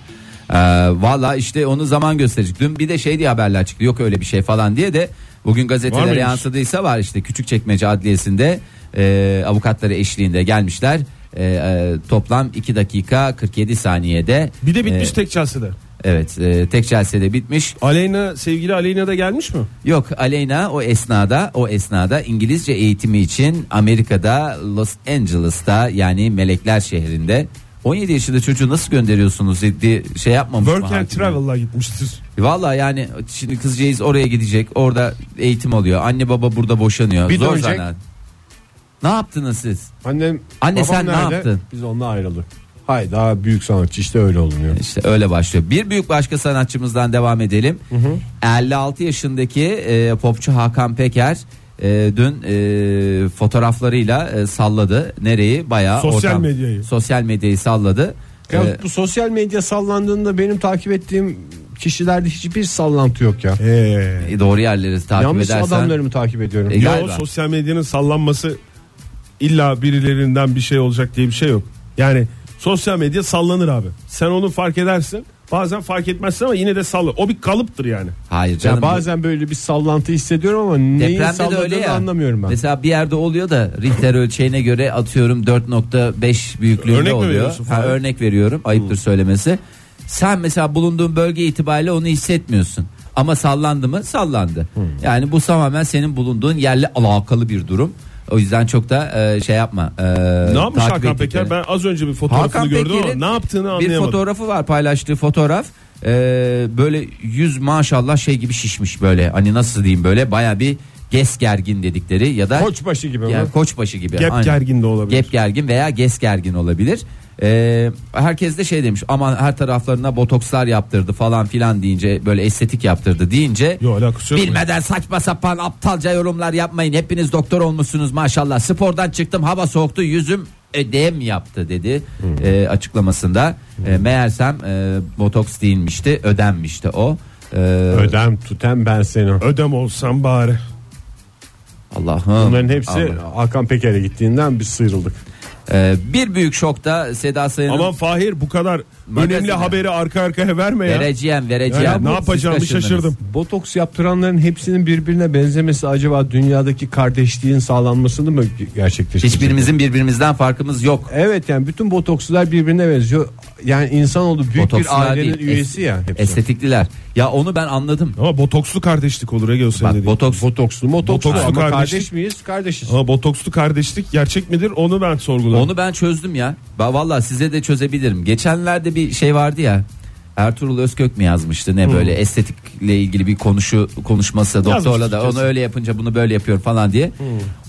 D: Ee, Valla işte onu zaman gösterecek. Dün bir de şey diye haberler çıktı yok öyle bir şey falan diye de bugün
E: Var
D: gazetelere
E: mıymış?
D: yansıdıysa var işte Küçükçekmece Adliyesi'nde e, avukatları eşliğinde gelmişler. E, e, toplam 2 dakika 47 saniyede.
E: Bir de bitmiş
D: E,
E: tek Chelsea'de.
D: evet e, tek celsede bitmiş.
E: Aleyna sevgili Aleyna da gelmiş mi?
D: Yok Aleyna o esnada o esnada İngilizce eğitimi için Amerika'da Los Angeles'ta yani Melekler şehrinde 17 yaşında çocuğu nasıl gönderiyorsunuz dedi şey yapmamış
E: Work
D: mı
E: and
D: hakim?
E: Travel'la gitmiştir.
D: Valla yani şimdi kızcağız oraya gidecek orada eğitim alıyor anne baba burada boşanıyor.
C: Bir
D: Zor
C: dönecek.
D: zanaat. Ne yaptınız siz?
C: Annem
D: Anne
C: babam
D: sen ne
C: nerede?
D: yaptın?
C: Biz onunla ayrıldık. Hay daha büyük sanatçı işte öyle olunuyor.
D: İşte öyle başlıyor. Bir büyük başka sanatçımızdan devam edelim. 56 yaşındaki e, popçu Hakan Peker e, dün e, fotoğraflarıyla e, salladı. Nereyi? Bayağı
E: Sosyal medyayı.
D: Sosyal medyayı salladı.
C: Ya
D: E,
C: bu sosyal medya sallandığında benim takip ettiğim kişilerde hiçbir sallantı yok ya.
E: Eee.
D: E, doğru yerleri takip
C: Yanlış
D: edersen.
C: adamları mı takip ediyorum?
D: E,
E: Ya
D: Galiba.
E: o sosyal medyanın sallanması illa birilerinden bir şey olacak diye bir şey yok. Yani sosyal medya sallanır abi. Sen onu fark edersin. Bazen fark etmezsin ama yine de sallan. O bir kalıptır yani.
D: Hayır
C: Ya
D: canım.
C: bazen böyle bir sallantı hissediyorum ama neyin
D: Depremde de
C: salladığını
D: öyle ya.
C: anlamıyorum ben.
D: Mesela bir yerde oluyor da Richter ölçeğine göre atıyorum 4.5 büyüklüğünde
E: Örnek mi
D: oluyor.
E: veriyorsun
D: Ha,
E: falan?
D: örnek veriyorum. Ayıptır söylemesi. Sen mesela bulunduğun bölge itibariyle onu hissetmiyorsun. Ama sallandı mı? Sallandı. Yani bu tamamen senin bulunduğun yerle alakalı bir durum. O yüzden çok da e, şey yapma. e,
E: Ne yapmış
D: takip
E: Hakan Peker?
D: ettiklerini.
E: Ben az önce bir fotoğrafını
D: Hakan
E: gördüm
D: Peker'in
E: ama ne yaptığını
D: Bir
E: anlayamadım.
D: fotoğrafı var paylaştığı fotoğraf. E, böyle yüz maşallah şey gibi şişmiş böyle. Hani nasıl diyeyim böyle baya bir ges gergin dedikleri ya da
C: Koçbaşı gibi
D: ya
C: mi?
D: koçbaşı gibi.
E: Gep
D: Aynen.
E: gergin de olabilir.
D: Gep gergin veya ges gergin olabilir. Ee, herkes de şey demiş aman her taraflarına botokslar yaptırdı falan filan deyince böyle estetik yaptırdı deyince
E: Yo, alakası yok.
D: bilmeden saçma sapan aptalca yorumlar yapmayın hepiniz doktor olmuşsunuz maşallah spordan çıktım hava soğuktu yüzüm ödem yaptı dedi
E: Hmm.
D: ee, açıklamasında Ee, meğersem e, botoks değilmişti ödenmişti o Ee,
C: Ödem tutem ben seni.
E: Ödem olsam bari.
D: Allah'ım
C: Bunların hepsi
D: Allah'ım.
C: Hakan Peker'e gittiğinden biz sıyrıldık.
D: Ee, bir büyük şokta Seda Sayan'ın
E: Aman Fahir bu kadar
D: Magazin
E: önemli
D: ya.
E: haberi arka arkaya verme ya.
D: vereceğim vereceğim
E: Yani ne
D: Siz
E: yapacağımı
D: kaçırdınız.
E: şaşırdım.
C: Botoks yaptıranların hepsinin birbirine benzemesi acaba dünyadaki kardeşliğin sağlanmasını mı gerçekleştirecek?
D: Hiçbirimizin birbirimizden farkımız yok.
C: Evet yani bütün botokslar birbirine benziyor. Yani insan oldu büyük bir
D: Botokslar
C: ailenin
D: değil,
C: üyesi
D: es-
C: ya. hepsi.
D: Estetikliler. Ya onu ben anladım.
E: Ama botokslu kardeşlik olur Ege o senin
D: Bak
E: dediğin.
D: botoks
C: Botokslu motokslu
E: Botokslu
C: ama
E: kardeşlik.
C: kardeş miyiz? Kardeşiz.
E: Ama botokslu kardeşlik gerçek midir onu ben sorguladım.
D: onu ben çözdüm ya. Ba vallahi size de çözebilirim. Geçenlerde bir şey vardı ya. Ertuğrul Özkök mü yazmıştı ne böyle estetikle ilgili bir konuşu konuşması doktorla da onu
E: kesin.
D: öyle yapınca bunu böyle yapıyor falan diye.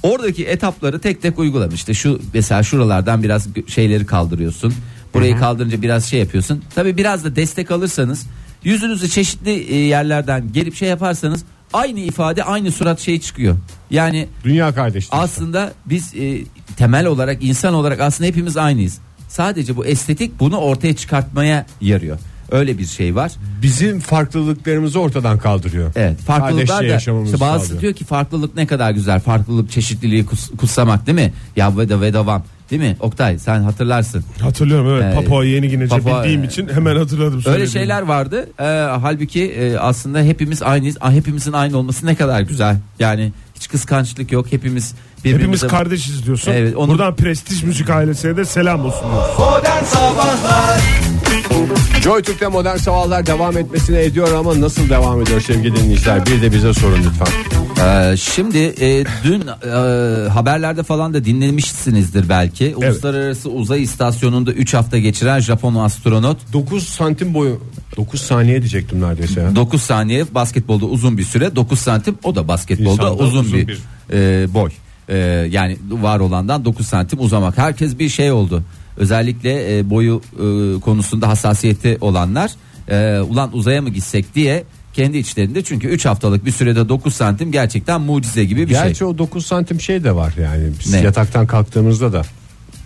D: Oradaki etapları tek tek uygulamıştı. Şu mesela şuralardan biraz gö- şeyleri kaldırıyorsun. Burayı kaldırınca biraz şey yapıyorsun. Tabii biraz da destek alırsanız yüzünüzü çeşitli e, yerlerden gelip şey yaparsanız aynı ifade aynı surat şey çıkıyor. Yani
C: Dünya kardeşliği.
D: aslında biz e, temel olarak insan olarak aslında hepimiz aynıyız. Sadece bu estetik bunu ortaya çıkartmaya yarıyor. Öyle bir şey var.
C: Bizim farklılıklarımızı ortadan kaldırıyor.
D: Evet. Farklılıklar
C: Kardeşçe
D: da
C: yaşamamızı
D: işte bazısı
C: sağlıyor.
D: diyor ki farklılık ne kadar güzel. Farklılık çeşitliliği kus- kutsamak değil mi? Ya veda vedavam. Değil mi? Oktay sen hatırlarsın.
E: Hatırlıyorum evet
D: Ee,
E: Papua Yeni Gine'ce
D: Papua-
E: bildiğim için hemen hatırladım.
D: Öyle
E: söylediğimi.
D: şeyler vardı. Ee, halbuki e, aslında hepimiz aynıyız. Ah, hepimizin aynı olması ne kadar güzel. Yani hiç kıskançlık yok. Hepimiz birbirimize
E: Hepimiz kardeşiz diyorsun.
D: Evet, onu-
E: Buradan prestij müzik ailesine de selam olsun. diyorsun.
B: Modern Sabahlar
C: Joy Türk'te modern sabahlar devam etmesine ediyor ama nasıl devam ediyor sevgili dinleyiciler? Bir de bize sorun lütfen.
D: Ee, şimdi e, dün e, haberlerde falan da dinlemişsinizdir belki. Uluslararası Uzay İstasyonu'nda 3 hafta geçiren Japon astronot
C: 9 santim boyu 9 saniye diyecektim neredeyse ya.
D: 9 saniye basketbolda uzun bir süre 9 santim o da basketbolda
C: İnsanda
D: uzun,
C: uzun
D: bir,
C: bir.
D: e, boy. E, yani var olandan 9 santim uzamak. Herkes bir şey oldu. Özellikle e, boyu e, konusunda hassasiyeti olanlar e, ulan uzaya mı gitsek diye kendi içlerinde çünkü 3 haftalık bir sürede 9 santim gerçekten mucize gibi bir şey.
C: Gerçi o 9 santim şey de var yani. Biz
D: Ne?
C: yataktan kalktığımızda da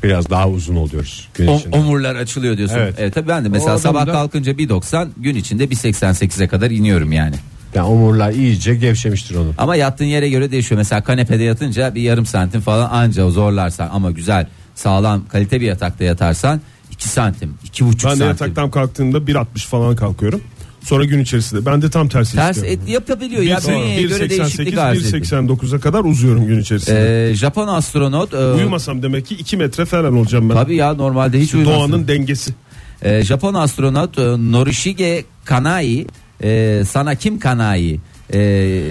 C: biraz daha uzun oluyoruz gün
D: O-
C: içinde.
D: omurlar açılıyor diyorsun. Evet.
C: Evet.
D: tabii ben de
C: O
D: mesela
C: adamda-
D: sabah kalkınca 1.90 gün içinde 1.88'e kadar iniyorum yani.
C: Yani omurlar iyice gevşemiştir onu.
D: Ama yattığın yere göre değişiyor. Mesela kanepede yatınca bir yarım santim falan anca zorlarsan ama güzel sağlam kalite bir yatakta yatarsan 2 santim 2,5
E: Ben de
D: santim.
E: yataktan kalktığımda 1.60 falan kalkıyorum. Sonra gün içerisinde ben de tam tersi
D: Ters
E: istiyorum.
D: et yapabiliyor ya bünyeye göre değişiklik arz ediyor.
E: 1.88-1.89'a kadar uzuyorum gün içerisinde.
D: Ee, Japon astronot e,
E: Uyumasam demek ki 2 metre falan olacağım ben.
D: tabii ya normalde hiç uyumaz.
E: Doğanın dengesi.
D: Ee, Japon astronot e, Norishige Kanai, e, Sanakim Kanai e,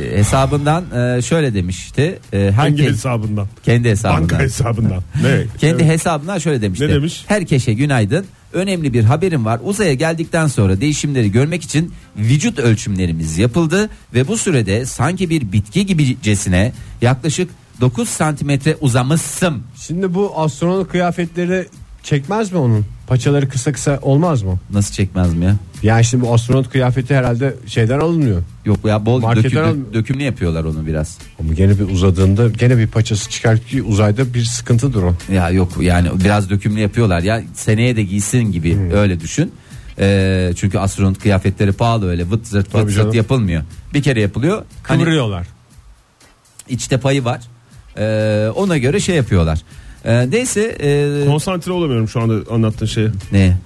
D: hesabından e, şöyle demişti. E,
E: Hangi
D: herkes
E: hesabından?
D: kendi hesabından.
E: Banka hesabından. Ne?
D: Kendi
E: Evet.
D: hesabından şöyle demişti.
E: Ne demiş?
D: Herkese günaydın. Önemli bir haberim var. Uzaya geldikten sonra değişimleri görmek için vücut ölçümlerimiz yapıldı ve bu sürede sanki bir bitki gibicesine yaklaşık 9 santimetre uzamışsın.
C: Şimdi bu astronot kıyafetleri çekmez mi onun? Paçaları kısa kısa olmaz mı?
D: Nasıl çekmez mi ya?
C: Yani şimdi bu astronot kıyafeti herhalde şeyden alınıyor.
D: Yok ya bol
C: Marketten
D: dökü- dö-
C: al-
D: dökümlü yapıyorlar onu biraz.
C: Ama gene bir uzadığında gene bir paçası çıkar ki uzayda bir sıkıntıdır o.
D: Ya yok yani biraz dökümlü yapıyorlar ya seneye de giysin gibi
C: Hmm.
D: öyle düşün. Ee, çünkü astronot kıyafetleri pahalı öyle vıt zırt vıt
C: Tabii
D: zırt
C: canım.
D: yapılmıyor. Bir kere yapılıyor. Hani
C: Kıvırıyorlar.
D: içte payı var. Ee, ona göre şey yapıyorlar. Ee, neyse ee,
E: Konsantre olamıyorum şu anda anlattığın şeye,
D: ne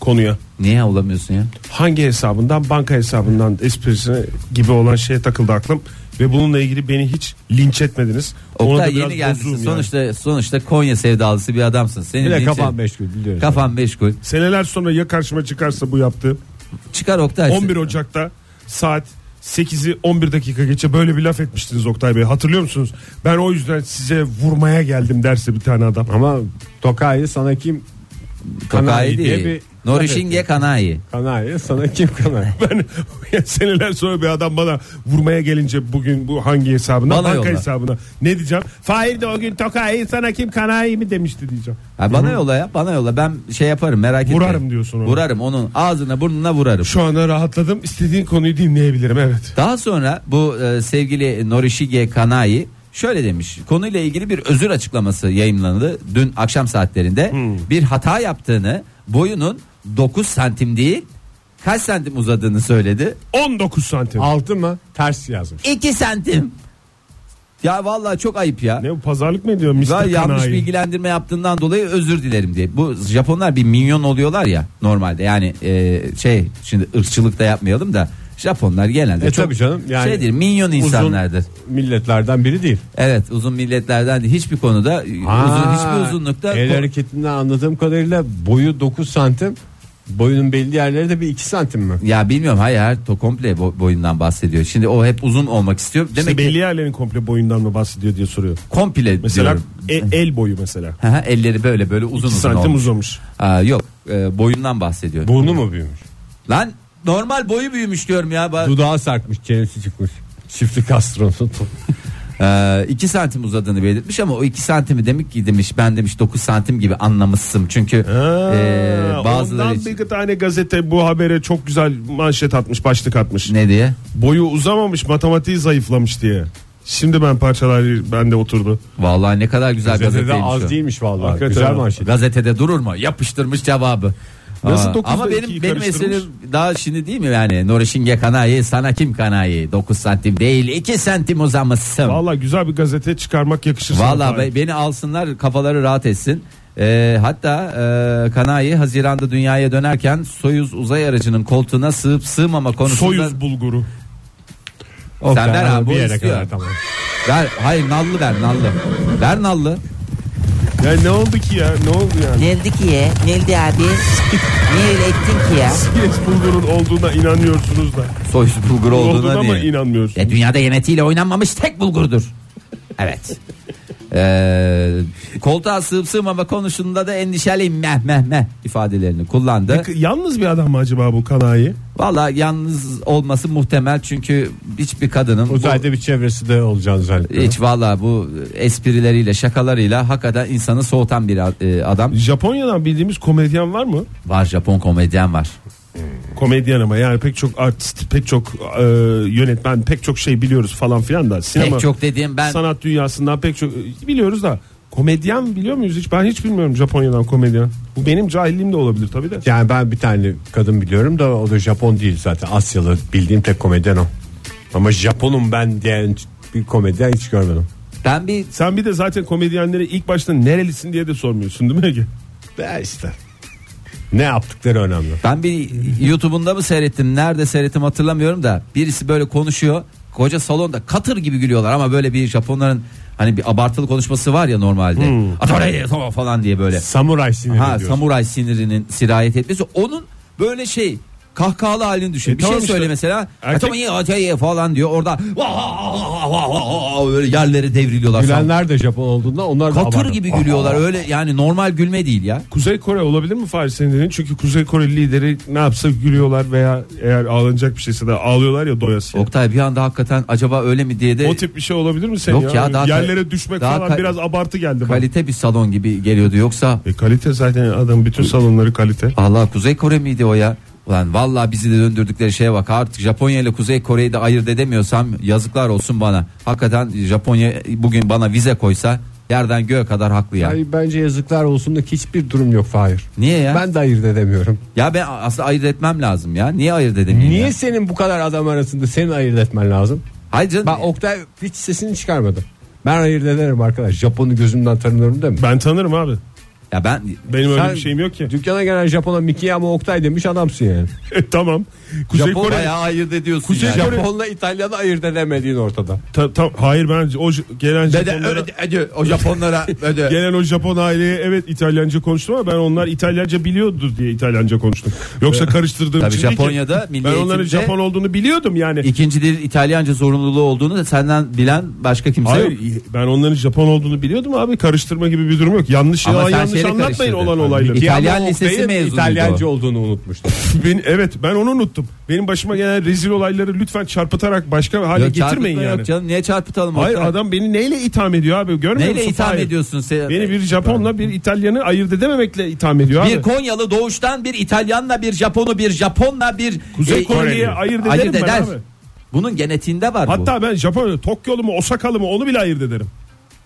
E: konuya.
D: niye olamıyorsun ya?
E: hangi hesabından banka hesabından esprisine gibi olan şeye takıldı aklım ve bununla ilgili beni hiç linç etmediniz. Ona da
D: Oktay
E: biraz
D: yeni gelmişsin.
E: bozuğum yani.
D: Sonuçta sonuçta Konya sevdalısı bir adamsın. Senin
C: Bir de
D: için-
C: kafan meşgul biliyoruz.
D: kafan meşgul.
E: Seneler sonra ya karşıma çıkarsa bu yaptığım
D: Çıkar Oktay.
E: 11 Ocak'ta saat 8'i 11 dakika geçe böyle bir laf etmiştiniz Oktay Bey. Hatırlıyor musunuz? Ben o yüzden size vurmaya geldim derse bir tane adam.
C: Ama Tokay'ı sana kim
D: Tokai değil.
C: diye bir-
D: Norişinge Kanai.
C: Kanayı sana kim kanayı?
E: Ben seneler sonra bir adam bana vurmaya gelince bugün bu hangi hesabına
D: Bana
E: banka
D: yolla.
E: hesabına ne diyeceğim? Fahir de o gün Tokay'ı sana kim kanayi mi demişti diyeceğim.
D: Ha, bana yolla ya bana yolla ben şey yaparım merak etme.
E: Vurarım diyorsun ona.
D: Vurarım onun ağzına burnuna vurarım.
E: Şu anda rahatladım. İstediğin konuyu dinleyebilirim evet.
D: Daha sonra bu e, sevgili Norishige Kanai şöyle demiş. Konuyla ilgili bir özür açıklaması yayınlandı dün akşam saatlerinde.
E: Hmm.
D: Bir hata yaptığını, boyunun 9 santim değil kaç santim uzadığını söyledi.
E: 19 santim.
C: Altı mı? Ters yazmış.
D: 2 santim. Ya vallahi çok ayıp ya.
E: Ne bu pazarlık mı ediyor Mr.
D: Ve yanlış
E: Kanayi?
D: bilgilendirme yaptığından dolayı özür dilerim diye. Bu Japonlar bir minyon oluyorlar ya normalde. Yani e, şey şimdi ırkçılık da yapmayalım da Japonlar genelde
C: E
D: çok
C: tabii canım, yani
D: şeydir minyon insanlardır.
C: Milletlerden biri değil.
D: Evet uzun milletlerden de hiçbir konuda uzun
C: Aa,
D: hiçbir uzunlukta
C: El
D: ko-
C: hareketinden anladığım kadarıyla boyu 9 santim. Boyunun belli yerleri de bir 2 santim mi?
D: ya bilmiyorum hayır hayır to komple bo- boyundan bahsediyor. Şimdi o hep uzun olmak istiyor. Demek
E: İşte
D: ki
E: belli yerlerin komple boyundan mı bahsediyor diye soruyor.
D: komple
E: Mesela
D: diyorum.
E: e- el boyu mesela.
D: Hı hı, elleri böyle böyle uzun
E: 2
D: uzun
E: santim
D: olmuş.
E: uzamış.
D: Aa, yok e, boyundan bahsediyor.
C: Burnu mu büyümüş?
D: Lan normal boyu büyümüş diyorum ya. Ba-
C: Dudağı sarkmış, çenesi çıkmış. Çiftlik astronot.
D: 2 Ee, santim uzadığını belirtmiş ama o 2 santimi demek ki demiş ben demiş 9 santim gibi anlamışsın çünkü
E: Ha,
D: e, bazıları
E: Ee, ondan
D: için-
E: bir tane gazete bu habere çok güzel manşet atmış başlık atmış.
D: ne diye
E: Boyu uzamamış matematiği zayıflamış diye. Şimdi ben parçalar bende oturdu.
D: vallahi ne kadar güzel
C: Gazetede
D: gazeteymiş o.
C: az değilmiş vallahi.
E: Hakikaten
C: Güzel
E: öyle.
C: manşet.
D: Gazetede durur mu? Yapıştırmış cevabı.
E: Nasıl
D: Aa,
E: dokuzda
D: ama
E: ikiyi
D: benim benim
E: karıştırmış?
D: eserim daha şimdi değil mi yani Norişinge Kanayi sana kim Kanayi 9 santim değil 2 santim uzamışsın. Vallahi,
E: Valla güzel bir şey gazete çıkarmak yakışır. sana Fahir.
D: be- beni alsınlar kafaları rahat etsin. Ee, hatta e, Kanayi Haziran'da dünyaya dönerken Soyuz uzay aracının koltuğuna sığıp sığmama konusunda
E: Soyuz bulguru.
C: Oh,
D: Sen ver
C: yani
D: abi,
C: bir
D: o
C: yere
D: istiyor.
C: kadar tamam.
D: Ver, hayır nallı ver nallı. Ver nallı.
E: Ya ne oldu ki ya? Ne oldu yani?
F: Geldi ki ya. Geldi abi. Niye öyle ettin ki ya?
E: Soyuz bulgurun olduğuna inanıyorsunuz da.
D: Soyuz bulgur
E: Olduğuna
D: olduğuna E-
E: ama
D: değil.
E: inanmıyorsunuz.
D: Ya dünyada yemetiyle oynanmamış tek bulgurdur. Evet. Ee, koltuğa sığıp sığmama konusunda da endişeliyim meh meh meh ifadelerini kullandı.
E: Yalnız bir adam mı acaba bu kanayi?
D: Valla yalnız olması muhtemel çünkü hiçbir kadının bu-
C: Uzayda bir çevresi de olacağını zannediyorum.
D: hiç valla bu esprileriyle şakalarıyla hakikaten insanı soğutan bir a- e, adam
E: Japonya'dan bildiğimiz komedyen var mı?
D: var Japon komedyen var.
E: Komedyen ama yani pek çok artist, pek çok e, yönetmen, pek çok şey biliyoruz falan filan da. Sinema,
D: Pek çok dediğim ben
E: sanat dünyasından pek çok e, biliyoruz da. Komedyen biliyor muyuz hiç? Ben hiç bilmiyorum Japonya'dan komedyen. Bu benim cahilliğim de olabilir tabii de.
C: Yani ben bir tane kadın biliyorum da o da Japon değil zaten. Asyalı bildiğim tek komedyen o. Ama Japonum ben diyen bir komedyen hiç görmedim.
D: ben bir
E: Sen bir de zaten komedyenlere ilk başta nerelisin diye de sormuyorsun değil mi Ege?
C: Ve işte. Ne yaptıkları önemli.
D: Ben bir YouTube'unda mı seyrettim? Nerede seyrettim hatırlamıyorum da birisi böyle konuşuyor. Koca salonda katır gibi gülüyorlar ama böyle bir Japonların hani bir abartılı konuşması var ya normalde. Atari tamam falan diye böyle.
C: Hmm. Samuray siniri
D: Ha
C: diyorsun.
D: samuray sinirinin sirayet etmesi onun böyle şey kahkahalı halini düşün.
E: E
D: bir
E: tamam
D: şey
E: işte.
D: söyle mesela.
E: Erkek-
D: Erkek... iyi atay falan diyor. Orada "Vah, vah, vah, vah, vah, vah," böyle yerlere devriliyorlar.
C: Gülenler de Japon olduğunda onlar da
D: Katır
C: abartı.
D: gibi gülüyorlar. Öyle yani normal gülme değil ya.
E: Kuzey Kore olabilir mi Fahri senin dediğin? Çünkü Kuzey Kore lideri ne yapsa gülüyorlar veya eğer ağlanacak bir şeyse de ağlıyorlar ya doyasıya.
D: Oktay bir anda hakikaten acaba öyle mi diye de
E: O tip bir şey olabilir mi senin
D: Yok ya, daha-
E: Yerlere düşmek
D: daha
E: falan
D: ka-
E: biraz abartı geldi bana.
D: kalite bir salon gibi geliyordu yoksa
E: E kalite zaten adam bütün salonları kalite.
D: Allah Kuzey Kore miydi o ya? Ulan vallahi bizi de döndürdükleri şeye bak artık Japonya ile Kuzey Kore'yi de ayırt edemiyorsam yazıklar olsun bana. Hakikaten Japonya bugün bana vize koysa yerden göğe kadar haklı ya.
C: Yani bence yazıklar olsun da hiçbir durum yok Fahir.
D: Niye ya?
C: Ben de ayırt edemiyorum.
D: Ya ben aslında ayırt etmem lazım ya. Niye ayırt edemeyeyim
C: Niye
D: ya?
C: senin bu kadar adam arasında senin ayırt etmen lazım?
D: Hayır canım.
C: Bak Oktay hiç sesini çıkarmadı. Ben ayırt ederim arkadaş. Japon'u gözümden tanıyorum değil mi?
E: Ben tanırım abi.
D: Ya ben
E: Benim öyle
C: Sen
E: bir şeyim yok ki.
C: Dükkana gelen Japon'a Mickey ama Oktay demiş adamsın yani.
E: E, tamam. Kuzey
C: Japon
E: Kore
C: bayağı ayırt ediyorsun
E: Kuzey
C: yani.
E: Kore-
C: Japon'la İtalya'da ayırt edemediğin ortada.
E: Ta- tam- hayır bence o j- gelen
D: Dede,
E: Japonlara-
D: öde, öde, o Japonlara öde.
E: Gelen o Japon aileye evet İtalyanca konuştum ama ben onlar İtalyanca biliyordur diye İtalyanca konuştum. Yoksa karıştırdığım
D: Tabii
E: için değil ki.
D: Japonya'da milli
E: ben onların
D: eğitimde-
E: Japon olduğunu biliyordum yani.
D: İkinci dil İtalyanca zorunluluğu olduğunu da senden bilen başka kimse yok.
E: Hayır ben onların Japon olduğunu biliyordum abi karıştırma gibi bir durum yok. Yanlış
D: Ama
E: yalan
D: sen
E: yanlış
D: şeyle
E: anlatmayın
D: karıştırdın.
E: olan
D: Abi,
E: olayları.
D: İtalyan
C: Diyamoğlu'nun
D: lisesi
C: Bey'in
D: mezunuydu
C: İtalyanca olduğunu unutmuştum.
E: Ben- evet ben onu unuttum. Benim başıma gelen rezil olayları lütfen çarpıtarak başka hale
D: Yok,
E: getirmeyin
D: çarpıtma
E: yani.
D: Yok canım niye çarpıtalım?
E: Hayır
D: Oktay?
E: adam beni neyle itham ediyor abi görmüyor
D: Neyle
E: musun?
D: itham
E: Fahir?
D: ediyorsun sen?
E: Beni bir Japonla bir İtalyanı ayırt edememekle itham ediyor
D: Bir
E: abi.
D: Konyalı doğuştan bir İtalyanla bir Japonu bir Japonla bir
E: Kuzey
D: e,
E: Koreli'ye
D: e,
E: ayırt ederim
D: ayırt
E: ben
D: eder.
E: abi.
D: Bunun genetiğinde var bu.
E: Hatta ben Japonya Tokyo'lu mu Osaka'lı mı onu bile ayırt ederim.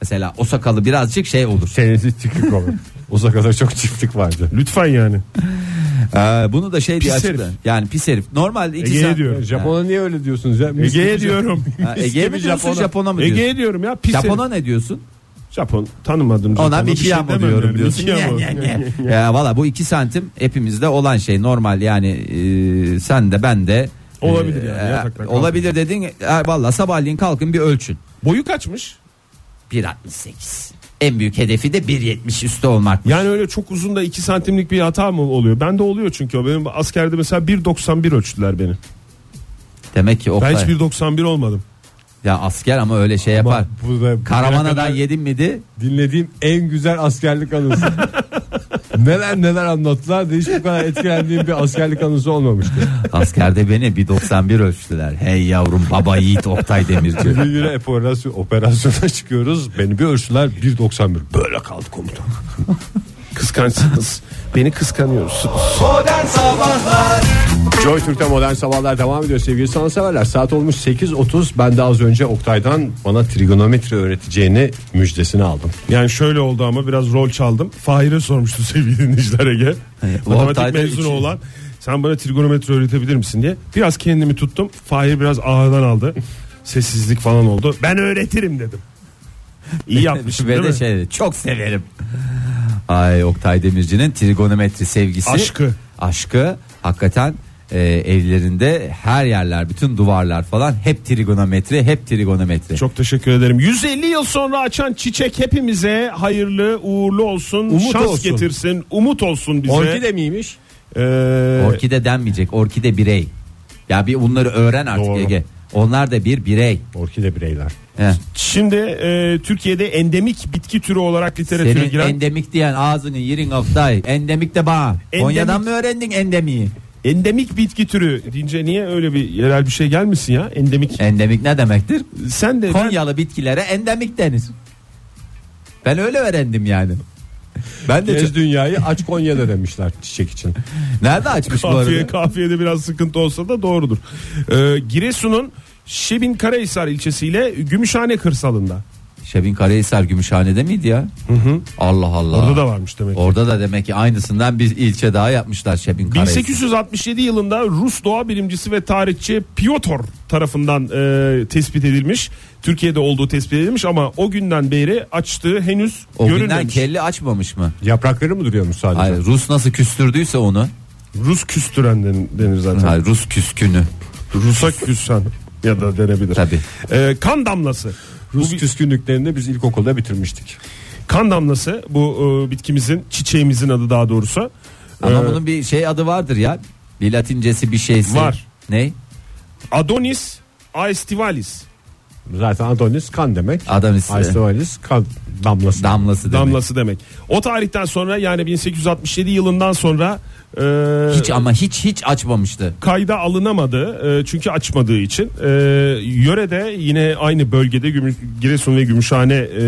D: Mesela Osakalı birazcık şey olur.
C: Çenesi çıkık olur. Osaka'da çok çiftlik vardı.
E: Lütfen yani.
D: Ee, bunu da şey diye
E: Pis herif.
D: açıkla. Yani pis herif. Normal iki
E: Ege'ye
D: saat-
E: diyor.
C: Japon'a niye öyle diyorsunuz ya? Mis
E: Ege'ye
C: gibi
E: diyorum.
D: Ha, Ege'ye mi diyorsun Japon'a, mı diyorsun?
E: Ege'ye diyorum ya. Pis herif.
D: Japona ne diyorsun?
E: Japon tanımadım.
D: Ona
E: Japon'u, bir şey
D: Mikiyamo
E: demem
D: diyorum
E: yani.
D: diyorsun.
E: Mikiyamo.
D: Nye, nye, nye. Ya valla bu iki santim hepimizde olan şey normal yani e, sen de ben de. e,
E: Olabilir yani,
D: e,
E: yatakta kalkın.
D: olabilir dedin e, valla sabahleyin kalkın bir ölçün.
E: Boyu kaçmış?
D: 1.68. En büyük hedefi de 1.70 üstü olmak.
E: Yani öyle çok uzun da 2 santimlik bir hata mı oluyor? Ben de oluyor çünkü o benim askerde mesela 1.91 ölçtüler beni.
D: Demek ki Oktay.
E: Ben hiç 1.91 olmadım.
D: Ya asker ama öyle şey yapar.
C: Bu da-
D: Karamanadan
C: bugüne
D: yedin miydi?
C: kadar Dinlediğim en güzel askerlik anısı. neler neler anlattılar da hiç bu kadar etkilendiğim bir askerlik anısı olmamıştı.
D: Askerde beni 1.91 ölçtüler. Hey yavrum baba yiğit Oktay Demirci.
C: Bir güne operasyon, operasyona çıkıyoruz. Beni bir ölçtüler 1.91. Böyle kaldı komutan.
E: Kıskançsınız. beni kıskanıyorsunuz.
B: Modern Sabahlar
C: Joy Türk'te modern sabahlar devam ediyor sevgili sanatseverler. Saat olmuş 8.30. Ben de az önce Oktay'dan bana trigonometri öğreteceğini müjdesini aldım.
E: Yani şöyle oldu ama biraz rol çaldım. Fahir'e sormuştu sevgili dinleyiciler Ege.
D: Ee,
E: Matematik
D: Ortayda
E: mezunu
D: üç-
E: olan. Sen bana trigonometri öğretebilir misin diye. Biraz kendimi tuttum. Fahir biraz ağırdan aldı. Sessizlik falan oldu. Ben öğretirim dedim. İyi yapmışım
D: Ve
E: değil
D: de
E: mi?
D: şey, çok severim. Ay Oktay Demirci'nin trigonometri sevgisi.
E: Aşkı.
D: Aşkı hakikaten e, evlerinde her yerler bütün duvarlar falan hep trigonometri hep trigonometri.
E: Çok teşekkür ederim. 150 yıl sonra açan çiçek hepimize hayırlı uğurlu olsun.
C: Umut
E: şans
C: olsun.
E: getirsin. Umut olsun bize.
C: Orkide miymiş?
E: Ee,
D: Orkide denmeyecek orkide birey. Ya bir bunları öğren artık
E: Doğru.
D: Ege. Onlar da bir birey.
C: Orkide bireyler.
D: Heh.
E: Şimdi e, Türkiye'de endemik bitki türü olarak literatüre
D: Senin
E: giren
D: endemik diyen ağzını yerin Oktay. Endemik de bağ.
E: Endemik-
D: Konya'dan mı öğrendin endemiyi?
E: Endemik bitki türü deyince niye öyle bir yerel bir şey gelmesin ya? Endemik.
D: Endemik ne demektir?
E: Sen de
D: Konyalı bitkilere endemik denir. Ben öyle öğrendim yani. Ben de
C: Gez dünyayı aç Konya'da demişler çiçek için.
D: nerede açmış bu
E: kafiye,
D: arada?
E: kafiyede biraz sıkıntı olsa da doğrudur. Ee, Giresun'un Şebin Karahisar ilçesiyle Gümüşhane kırsalında.
D: Şebin Karahisar Gümüşhane'de miydi ya? Allah Allah.
E: Orada da varmış demek. ki.
D: Orada da demek ki aynısından bir ilçe daha yapmışlar Şebin Karahisar.
E: 1867 yılında Rus doğa bilimcisi ve tarihçi Piotr tarafından e, tespit edilmiş. Türkiye'de olduğu tespit edilmiş ama o günden beri açtığı henüz
D: O günden
E: görülmemiş.
D: kelli açmamış mı?
C: Yaprakları mı duruyormuş sadece?
D: Hayır, Rus nasıl küstürdüyse onu.
E: Rus küstüren den- denir zaten.
D: Hayır, Rus küskünü.
E: Rusak küssen ya da denebilir.
D: Tabii.
E: Ee, kan damlası.
C: Rus küskünlüklerini biz ilkokulda bitirmiştik.
E: Kan damlası bu e, bitkimizin çiçeğimizin adı daha doğrusu.
D: Ama
E: Ee,
D: bunun bir şey adı vardır ya. Bir latincesi bir şeysi.
E: Var.
D: Ne?
E: Adonis aestivalis
C: Zaten Adonis kan demek.
D: Adonis.
C: Adonis kan damlası.
D: Damlası demek.
E: damlası demek. O tarihten sonra yani 1867 yılından sonra e,
D: Hiç ama hiç hiç açmamıştı.
E: kayda alınamadı e, çünkü açmadığı için. E, yörede yine aynı bölgede Gümüş- Giresun ve Gümüşhane e,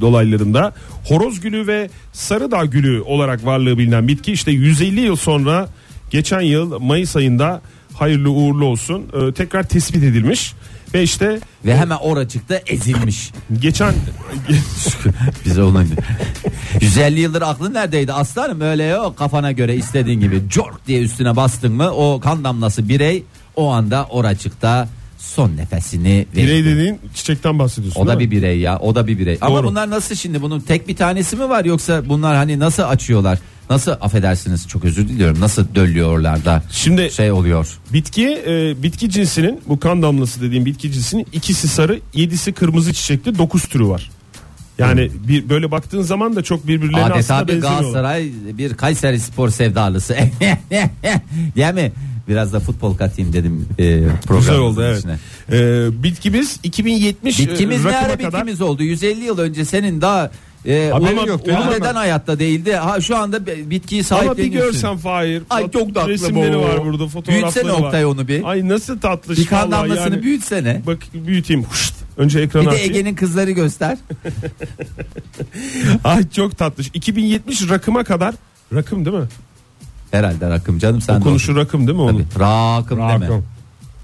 E: dolaylarında horoz gülü ve sarıdağ gülü olarak varlığı bilinen bitki işte 150 yıl sonra geçen yıl Mayıs ayında hayırlı uğurlu olsun e, tekrar tespit edilmiş ve işte
D: Ve hemen oracıkta ezilmiş.
E: geçen
D: Bize olan 150 yıldır aklın neredeydi aslanım öyle yok kafana göre istediğin gibi cork diye üstüne bastın mı o kan damlası birey o anda oracıkta son nefesini
E: Birey
D: verir.
E: dediğin çiçekten bahsediyorsun.
D: O da
E: değil
D: bir
E: mi?
D: birey ya. O da bir birey. Ama
E: Doğru.
D: bunlar nasıl şimdi bunun tek bir tanesi mi var yoksa bunlar hani nasıl açıyorlar? Nasıl affedersiniz çok özür diliyorum. Nasıl döllüyorlar da
E: Şimdi
D: şey oluyor.
E: bitki e, bitki cinsinin bu kan damlası dediğim bitki cinsinin ikisi sarı, yedisi kırmızı çiçekli dokuz türü var. Yani bir böyle baktığın zaman da çok birbirlerine
D: Hmm. Adeta
E: aslında
D: bir
E: benziyorlar.
D: Galatasaray bir Kayseri spor sevdalısı. Değil mi? Biraz da futbol katayım dedim e,
E: Güzel
D: programın
E: oldu evet.
D: içine.
E: E, bitkimiz 2070 e,
D: Bitkimiz ne
E: rakıma
D: ara
E: kadar
D: bitkimiz oldu? 150 yıl önce senin daha e,
E: Haberin
D: Uğur-
E: yok, değil mi?
D: Uğur neden hayatta değildi? Ha şu anda be- bitkiyi
E: Ama bir
D: sahipleniyorsun.
E: görsen Fahir.
D: Ay,
E: fot-
D: çok tatlı
E: Resimleri
D: bu.
E: var burada fotoğrafları
D: Büyütsene
E: var.
D: Oktay onu bir.
E: Ay nasıl tatlış.
D: Bir kan
E: vallahi
D: damlasını
E: yani.
D: büyütsene.
E: Bak büyüteyim. Huşt. Önce
D: Bir
E: ekrana
D: de
E: atayım.
D: Ege'nin kızları göster.
E: Ay çok tatlış. 2070 rakıma kadar. Rakım değil mi?
D: Herhalde rakım canım sen de
E: Konuşu rakım değil mi
D: Tabii.
E: onun?
D: Rakım, deme.
E: Rakım.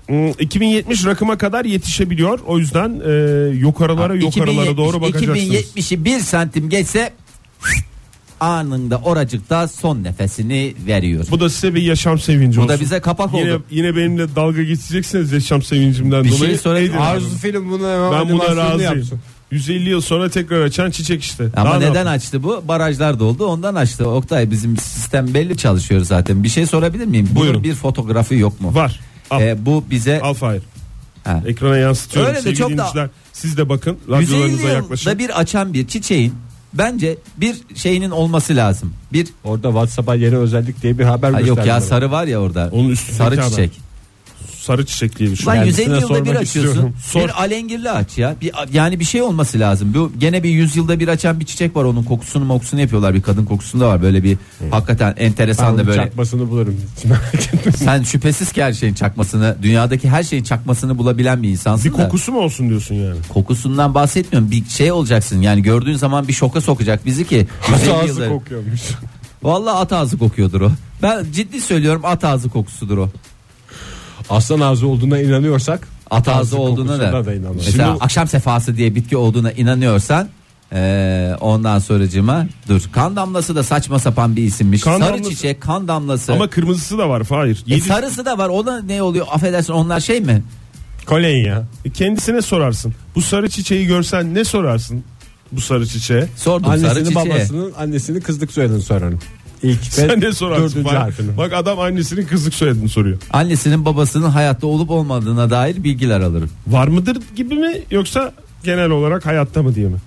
E: Hmm, 2070 rakıma kadar yetişebiliyor. O yüzden e, yukarılara yukarılara doğru
D: 2070
E: bakacaksınız.
D: 2070'i bir santim geçse anında oracıkta son nefesini veriyor. Bu,
E: Bu da size bir yaşam sevinci olsun.
D: da bize kapak
E: yine,
D: oldu.
E: yine benimle dalga geçeceksiniz yaşam sevincimden
D: Bir şey
E: dolayı.
D: sorayım.
E: Edin abi.
C: Arzu film buna
E: ben buna
C: animasyonunu
E: razıyım.
C: yapsın.
E: 150 yıl sonra tekrar açan çiçek işte.
D: Ama
E: Daha ne
D: neden
E: yapayım?
D: açtı bu? Barajlar doldu ondan açtı. Oktay bizim sistem belli çalışıyor zaten. Bir şey sorabilir miyim? Bunun
E: Buyurun.
D: bir fotoğrafı yok mu?
E: Var. Al.
D: Ee, bu bize
E: Al Fahir.
D: Ha.
E: Ekrana yansıtıyorum
D: Öyle de
E: sevgili
D: çok da-
E: dinleyiciler. Siz de bakın.
D: 150
E: Radyolarınıza
D: yılda
E: yaklaşın.
D: bir açan bir çiçeğin bence bir şeyinin olması lazım. Bir
C: Orada WhatsApp'a yeni özellik diye bir haber
D: Ha,
C: gösterdi.
D: yok ya
C: bana.
D: sarı var ya orada.
E: Onun üstündeki
D: sarı
E: haber.
D: çiçek.
E: Sarı çiçek diye bir şey.
D: Ulan
E: Yani
D: 150
E: size
D: yılda bir
E: sormak
D: açıyorsun.
E: istiyorum. Sor.
D: Bir alengirli aç ya. Bir, yani bir şey olması lazım. Bu gene bir 100 yılda bir açan bir çiçek var. Onun kokusunu mokusunu yapıyorlar. Bir kadın kokusunda var. Böyle bir hakikaten enteresan
C: Ben
D: da
C: onun
D: böyle.
C: çakmasını bulurum. Hiç merak etme.
D: Sen şüphesiz ki her şeyin çakmasını, dünyadaki her şeyin çakmasını bulabilen bir insansın.
E: Bir
D: da.
E: kokusu mu olsun diyorsun yani?
D: kokusundan bahsetmiyorum. Bir şey olacaksın. Yani gördüğün zaman bir şoka sokacak bizi ki. 150
C: Ağzı
D: yılda-
C: kokuyormuş.
D: Vallahi at ağzı kokuyordur o. Ben ciddi söylüyorum at ağzı kokusudur o.
C: Aslan ağzı olduğuna inanıyorsak
D: At ağzı olduğuna
C: kokusuna
D: da.
C: da inanalım.
D: mesela
E: Şimdi-
D: akşam sefası diye bitki olduğuna inanıyorsan eee, ondan sonracıma dur. Kan damlası da saçma sapan bir isimmiş.
E: Kan
D: Sarı
E: damlası-
D: çiçek, kan damlası.
E: Ama kırmızısı da var Fahir.
D: E,
E: Yedi-
D: sarısı da var. O da ne oluyor? Affedersin onlar şey mi?
E: Kolen ya. E, Kendisine sorarsın. Bu sarı çiçeği görsen ne sorarsın? Bu sarı çiçeğe.
D: Sordum sarı
C: Annesini
D: çiçeğe.
C: babasının annesini kızlık soyadını sorarım. İlk ve
E: Sen ne sorarsın
C: dördüncü harfini.
E: Fahir? Bak adam annesinin kızlık soyadını soruyor.
D: Annesinin babasının hayatta olup olmadığına dair bilgiler alırım.
E: Var mıdır gibi mi yoksa genel olarak hayatta mı diye mi?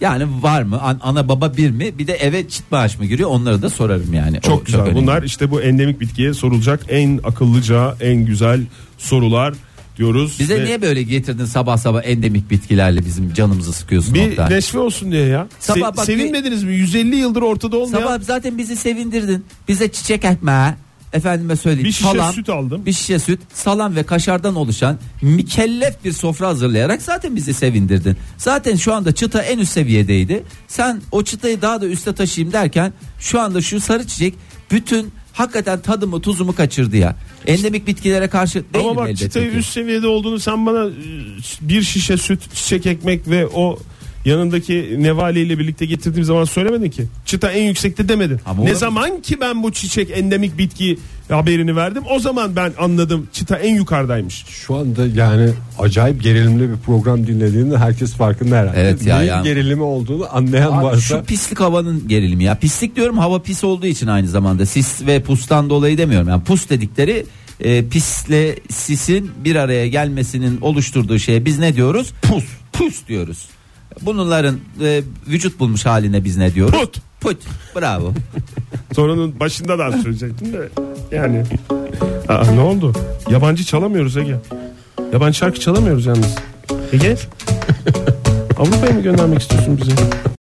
D: Yani var mı? An- ana baba bir mi? Bir de eve çit maaş mı giriyor? Onları da sorarım yani. O
E: Çok güzel.
D: önemli.
E: Bunlar işte bu endemik bitkiye sorulacak en akıllıca, en güzel sorular diyoruz.
D: Bize
E: Ve
D: niye böyle getirdin sabah sabah endemik bitkilerle bizim canımızı sıkıyorsun
E: bir
D: Oktay?
E: neşve olsun diye ya.
D: Sabah
E: Se-
D: bak-
E: sevinmediniz mi? 150 yıldır ortada olmayan
D: Sabah zaten bizi sevindirdin. Bize çiçek ekmeği, efendime söyleyeyim
E: bir şişe
D: salam,
E: süt aldım.
D: bir şişe süt, salam ve kaşardan oluşan mükellef bir sofra hazırlayarak zaten bizi sevindirdin. Zaten şu anda çıta en üst seviyedeydi. Sen o çıtayı daha da üste taşıyayım derken şu anda şu sarı çiçek bütün hakikaten tadımı tuzumu kaçırdı ya. Endemik bitkilere karşı değilim
E: Ama bak
D: elbette
E: çıtayı
D: ki.
E: üst seviyede olduğunu sen bana e, bir şişe süt, çiçek ekmek ve o yanındaki nevaliyle birlikte getirdiğim zaman söylemedin ki. Çıta en yüksekte demedin.
D: Ama
E: ne
D: olur mu?
E: zaman ki ben bu çiçek endemik bitki haberini verdim o zaman ben anladım çıta en yukarıdaymış.
C: Şu anda yani acayip gerilimli bir program dinlediğinde herkes farkında herhalde.
D: Evet ya,
C: Neyin
D: ya.
C: gerilimi olduğunu anlayan
D: Abi
C: varsa.
D: şu pislik havanın gerilimi ya. Pislik diyorum hava pis olduğu için aynı zamanda. Sis ve pustan dolayı demiyorum. Yani pus dedikleri e, pisle sisin bir araya gelmesinin oluşturduğu şeye biz ne diyoruz? Pus. Pus diyoruz. Bunların e, vücut bulmuş haline biz ne diyoruz?
E: Put.
D: Put. Bravo.
E: Sorunun başında da söyleyecektim de yani. Aa, ne oldu? Yabancı çalamıyoruz Ege. Yabancı şarkı çalamıyoruz yalnız. Ege? Avrupa'ya mı göndermek istiyorsun bizi?